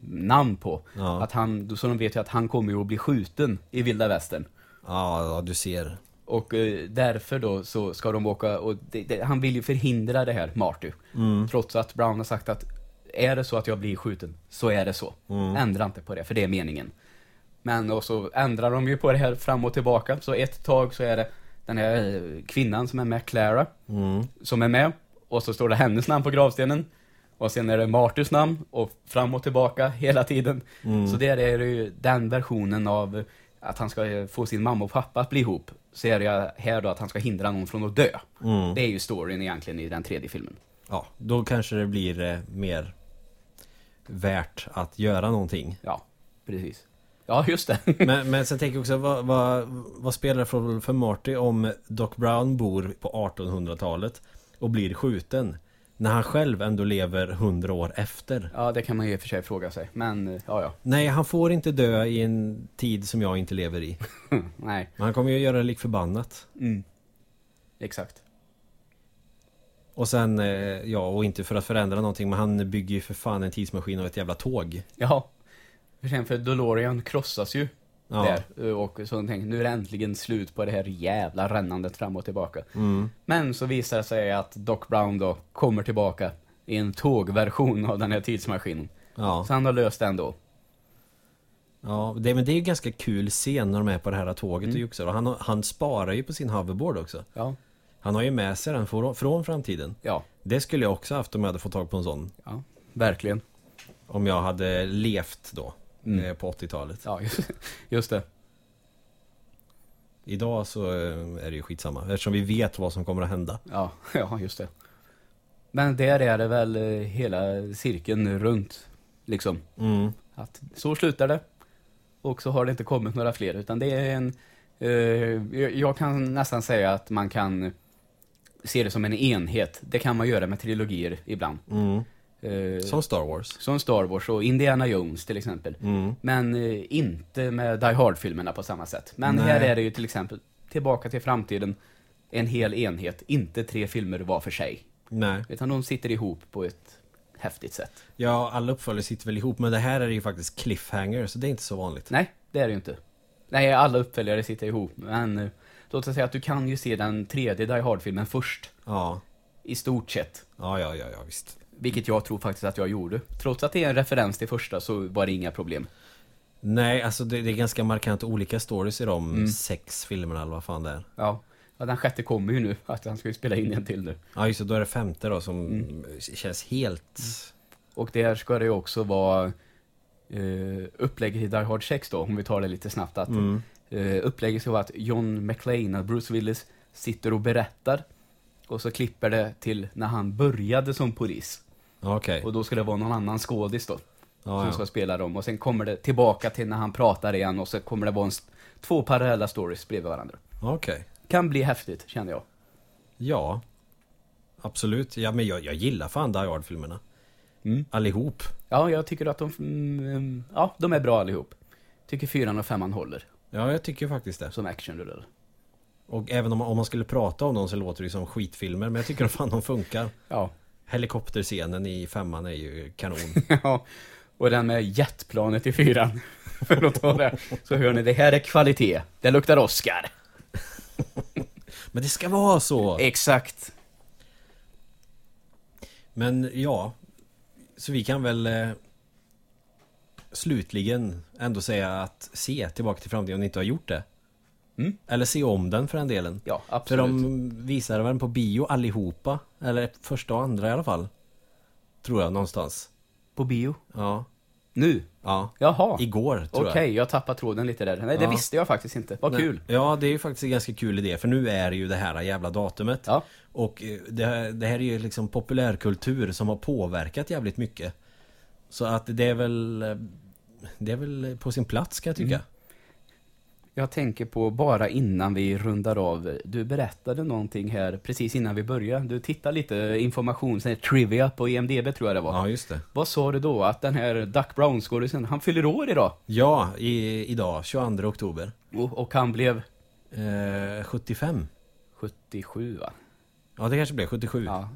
B: namn på.
A: Ja.
B: Att han, då- så de vet ju att han kommer ju att bli skjuten i vilda västern.
A: Ja, ja, du ser.
B: Och eh, därför då så ska de åka och det, det, han vill ju förhindra det här, Marty. Trots att Brown har sagt att är det så att jag blir skjuten så är det så. Ändra inte på det, för det är meningen. Men och så ändrar de ju på det här fram och tillbaka. Så ett tag så är det den här eh, kvinnan som är med, Clara,
A: Mm.
B: som är med. Och så står det hennes namn på gravstenen. Och sen är det Martys namn och fram och tillbaka hela tiden. Så där är det ju den versionen av att han ska eh, få sin mamma och pappa att bli ihop. Så är det ju här då att han ska hindra någon från att dö. Det är ju storyn egentligen i den tredje filmen.
A: Ja, då kanske det blir eh, mer värt att
B: *laughs*
A: göra någonting.
B: Ja, precis. Ja, just det.
A: Men, men sen tänker jag också, vad, vad, vad spelar det för roll för Marty om Doc Brown bor på 1800-talet och blir skjuten? När han själv ändå lever 100 år efter.
B: *laughs* ja, det kan man ju i och för sig fråga sig. Men eh, ja, *laughs* ja.
A: Nej, han får inte dö i en tid som jag inte lever i.
B: Nej, Mm.
A: Men han kommer ju göra det lik förbannat.
B: exakt.
A: Och sen, eh, ja, och inte för att förändra någonting, men han bygger ju för fan en tidsmaskin av ett jävla tåg.
B: Ja. För sen för DeLorean krossas ju
A: Ja.
B: där. eh, Och så tänkte nu är det äntligen slut på det här jävla rännandet fram och tillbaka.
A: Mm.
B: Men så visar det sig att Doc Brown då kommer tillbaka i en tågversion av den här tidsmaskinen.
A: Ja,
B: Så han har löst den då.
A: ja det, men det är ju ganska kul scen när de är på det här tåget och juxar. Och han, han sparar ju på sin hoverboard också.
B: Ja.
A: Han har ju med sig den från, från framtiden.
B: Ja,
A: Det skulle jag också haft om jag hade fått tag på en sån.
B: ja. verkligen.
A: Om jag hade levt då. eh, På 80-talet.
B: Ja, just, *laughs* just det.
A: Idag så eh, är det ju skitsamma. Eftersom vi vet vad som kommer att hända.
B: Ja, *laughs* ja, just det. Men där är det väl eh, hela cirkeln runt, liksom.
A: Mm.
B: Att så slutar det. Och så har det inte kommit några fler, utan det är en... Eh, jag- jag kan nästan säga att man kan se det som en enhet. Det kan man göra med trilogier ibland.
A: Mm.
B: Eh,
A: Som Star Wars.
B: som Star Wars och Indiana Jones till exempel.
A: Mm.
B: Men eh, inte med Die Hard-filmerna på samma sätt. Men här
A: Nej.
B: är det ju till exempel Tillbaka till framtiden, en hel enhet, inte tre filmer var för sig.
A: Nej.
B: Utan de sitter ihop på ett häftigt sätt.
A: Ja, alla uppföljare sitter väl ihop. Men det här är ju faktiskt cliffhanger. Så det är inte så vanligt.
B: Nej, det är det ju inte. Nej, alla uppföljare sitter ihop, men eh, låt oss säga att du kan ju se den tredje Die Hard-filmen först,
A: Ja.
B: i stort sett.
A: Ja, ja, ja, ja visst.
B: Vilket jag tror faktiskt att jag gjorde. Trots att det är en referens till första så var det inga problem.
A: Nej, alltså det, det är ganska markant olika stories i de
B: Mm.
A: sex filmerna eller vad fan det är.
B: Ja, ja den sjätte kommer ju nu, *laughs* att han ska ju spela in en till nu.
A: Ja, just det. Då är det femte då som
B: Mm.
A: känns helt...
B: Och där ska det ju också vara eh, upplägget i Die Hard 6 då, om vi tar det lite snabbt. Att, eh, upplägget ska vara att John McClane, och Bruce Willis, sitter och berättar. Och så klipper det till när han började som polis.
A: Ja, Okej.
B: Och då ska det vara någon annan skådis då.
A: Ja,
B: som
A: ja.
B: ska spela dem. Och sen kommer det tillbaka till när han pratar igen och så kommer det vara en, st- två parallella stories bredvid varandra.
A: Okej.
B: Kan bli häftigt, känner jag.
A: Ja. Absolut. Ja, men jag, jag gillar fan Die Hard-filmerna.
B: Mm.
A: Allihop.
B: Ja, jag tycker att de, mm, ja, de är bra allihop. Tycker fyran och femman håller
A: Ja, jag tycker faktiskt det.
B: som actionrullar.
A: Och även om, om man skulle prata om dem så låter det ju som skitfilmer. Men jag tycker *laughs* fan de funkar.
B: Ja. *laughs*
A: Helikopterscenen i femman är ju kanon.
B: Ja, och den med jetplanet i fyran. *laughs* För att ta det. Så hör ni, det här är kvalitet. Det luktar Oscar.
A: Men det ska vara så!
B: Exakt.
A: Men ja, så vi kan väl eh, slutligen ändå säga att se Tillbaka till framtiden om ni inte har gjort det.
B: Mm.
A: Eller se om den för den delen.
B: Ja,
A: För
B: absolut.
A: de visade den på bio allihopa. Eller första och andra i alla fall. Tror jag någonstans.
B: På bio.
A: Ja.
B: Nu?
A: Ja.
B: Jaha.
A: Igår tror
B: Okej,
A: jag.
B: jag tappade tråden lite där. Nej, det
A: Ja.
B: visste jag faktiskt inte. Vad
A: Nej.
B: kul.
A: Ja, det är ju faktiskt en ganska kul idé. För nu är det ju det här jävla datumet.
B: Ja.
A: Och eh, det här, det här är ju liksom populärkultur som har påverkat jävligt mycket. Så att det är väl... eh, Det är väl på sin plats kan jag tycka.
B: Jag tänker på bara innan vi rundar av. Du berättade någonting här precis innan vi började. Du tittade lite information, sån här trivia på E IMDB tror jag det var.
A: Ja, just det.
B: Vad sa du då? Att den här Duck Brown-skådisen, han fyller år idag.
A: Ja, i, idag 22 oktober.
B: Och, och han blev
A: Eh, 75.
B: 77 va?
A: Ja, det kanske blev 77.
B: Ja.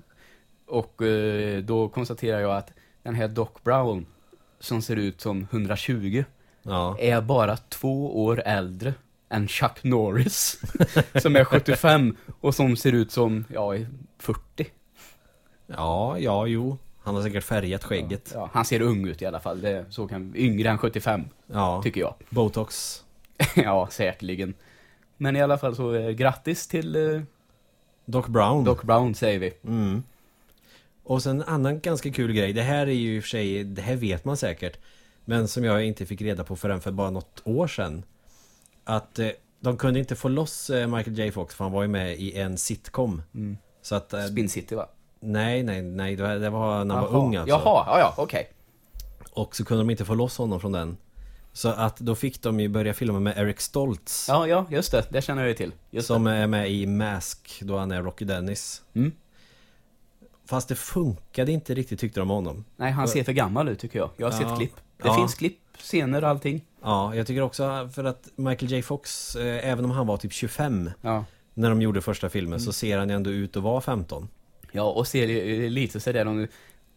B: Och eh, då konstaterar jag att den här Doc Brown, som ser ut som 120,
A: Ja.
B: är bara två år äldre än Chuck Norris, *laughs* som är 75 och som ser ut som, ja, 40.
A: ja, ja, jo. Han har säkert färgat skägget.
B: Ja, han ser ung ut i alla fall, det, så kan, yngre än 75,
A: Ja. Typ.
B: tycker jag. *laughs*
A: Botox.
B: ja, säkerligen. Men i alla fall så, eh, grattis till eh,
A: Doc Brown.
B: Doc Brown säger vi.
A: Mm. Och sen en annan ganska kul grej. Det här är ju i och för sig, det här vet man säkert. Men som jag inte fick reda på förrän för bara något år sedan. Att eh, de kunde inte få loss eh, Michael J Fox för han var ju med i en sitcom.
B: Mm.
A: Så att... Eh,
B: Spin City va?
A: nej, nej, nej. Det var, det var när han
B: Jaha.
A: var ung alltså.
B: Jaha, ja, ja, okej.
A: Och så kunde de inte få loss honom från den. Så att då fick de ju börja filma med Eric Stoltz.
B: Ja, ja, just det, det känner jag ju till. Just
A: Som är med i Mask då han är Rocky Dennis.
B: Mm.
A: Fast det funkade inte riktigt tyckte de om honom.
B: Nej, han ser för gammal ut tycker jag. Jag har
A: Ja.
B: sett klipp. Det
A: Ja.
B: finns klipp, scener, allting.
A: Ja, jag tycker också för att Michael J Fox, eh, även om han var typ 25
B: Ja.
A: när de gjorde första filmen
B: Mm.
A: så ser han ju ändå ut att vara 15.
B: Ja, och ser eh, lite sådär, de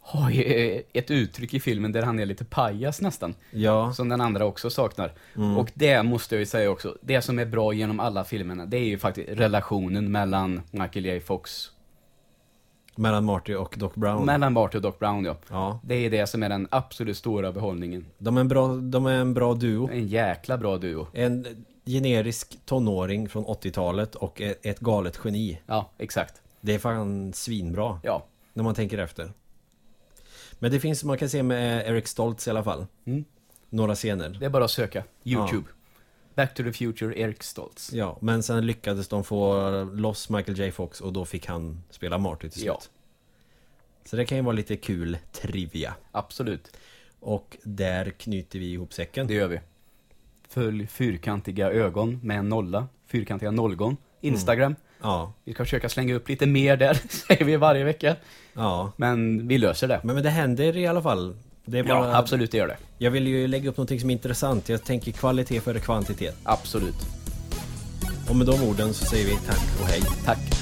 B: har ju eh, ett uttryck i filmen där han är lite pajas nästan.
A: Ja,
B: Som den andra också saknar. Och det måste jag ju säga också, det som är bra genom alla filmerna, det är ju faktiskt relationen mellan Michael J. Fox,
A: mellan Marty och Doc Brown.
B: mellan Barty och Doc Brown ja.
A: Ja,
B: Det är det som är den absolut stora behållningen.
A: de är en bra, de är en bra duo.
B: En jäkla bra duo.
A: En generisk tonåring från 80-talet och e- ett galet geni.
B: Ja, exakt.
A: Det är fan svinbra
B: Ja.
A: när man tänker efter. Men det finns, man kan se med eh, Eric Stoltz i alla fall.
B: Mm.
A: Några scener.
B: Det är bara att söka. Youtube. Back to the Future, Eric Stoltz.
A: Ja, men sen lyckades de få loss Michael J Fox och då fick han spela Marty till slut.
B: Ja.
A: Så det kan ju vara lite kul trivia.
B: Absolut,
A: Och där knyter vi ihop säcken.
B: det gör vi. Följ fyrkantiga ögon med en nolla. Fyrkantiga nollgon. Instagram.
A: Ja,
B: Vi ska försöka slänga upp lite mer där, *laughs* säger vi varje vecka.
A: ja.
B: Men vi löser det.
A: Men, men det händer i alla fall. Det är bara,
B: Ja, absolut, det gör det.
A: Jag vill ju lägga upp någonting som är intressant. Jag tänker kvalitet före kvantitet.
B: Absolut.
A: Och med de orden så säger vi tack och hej.
B: Tack.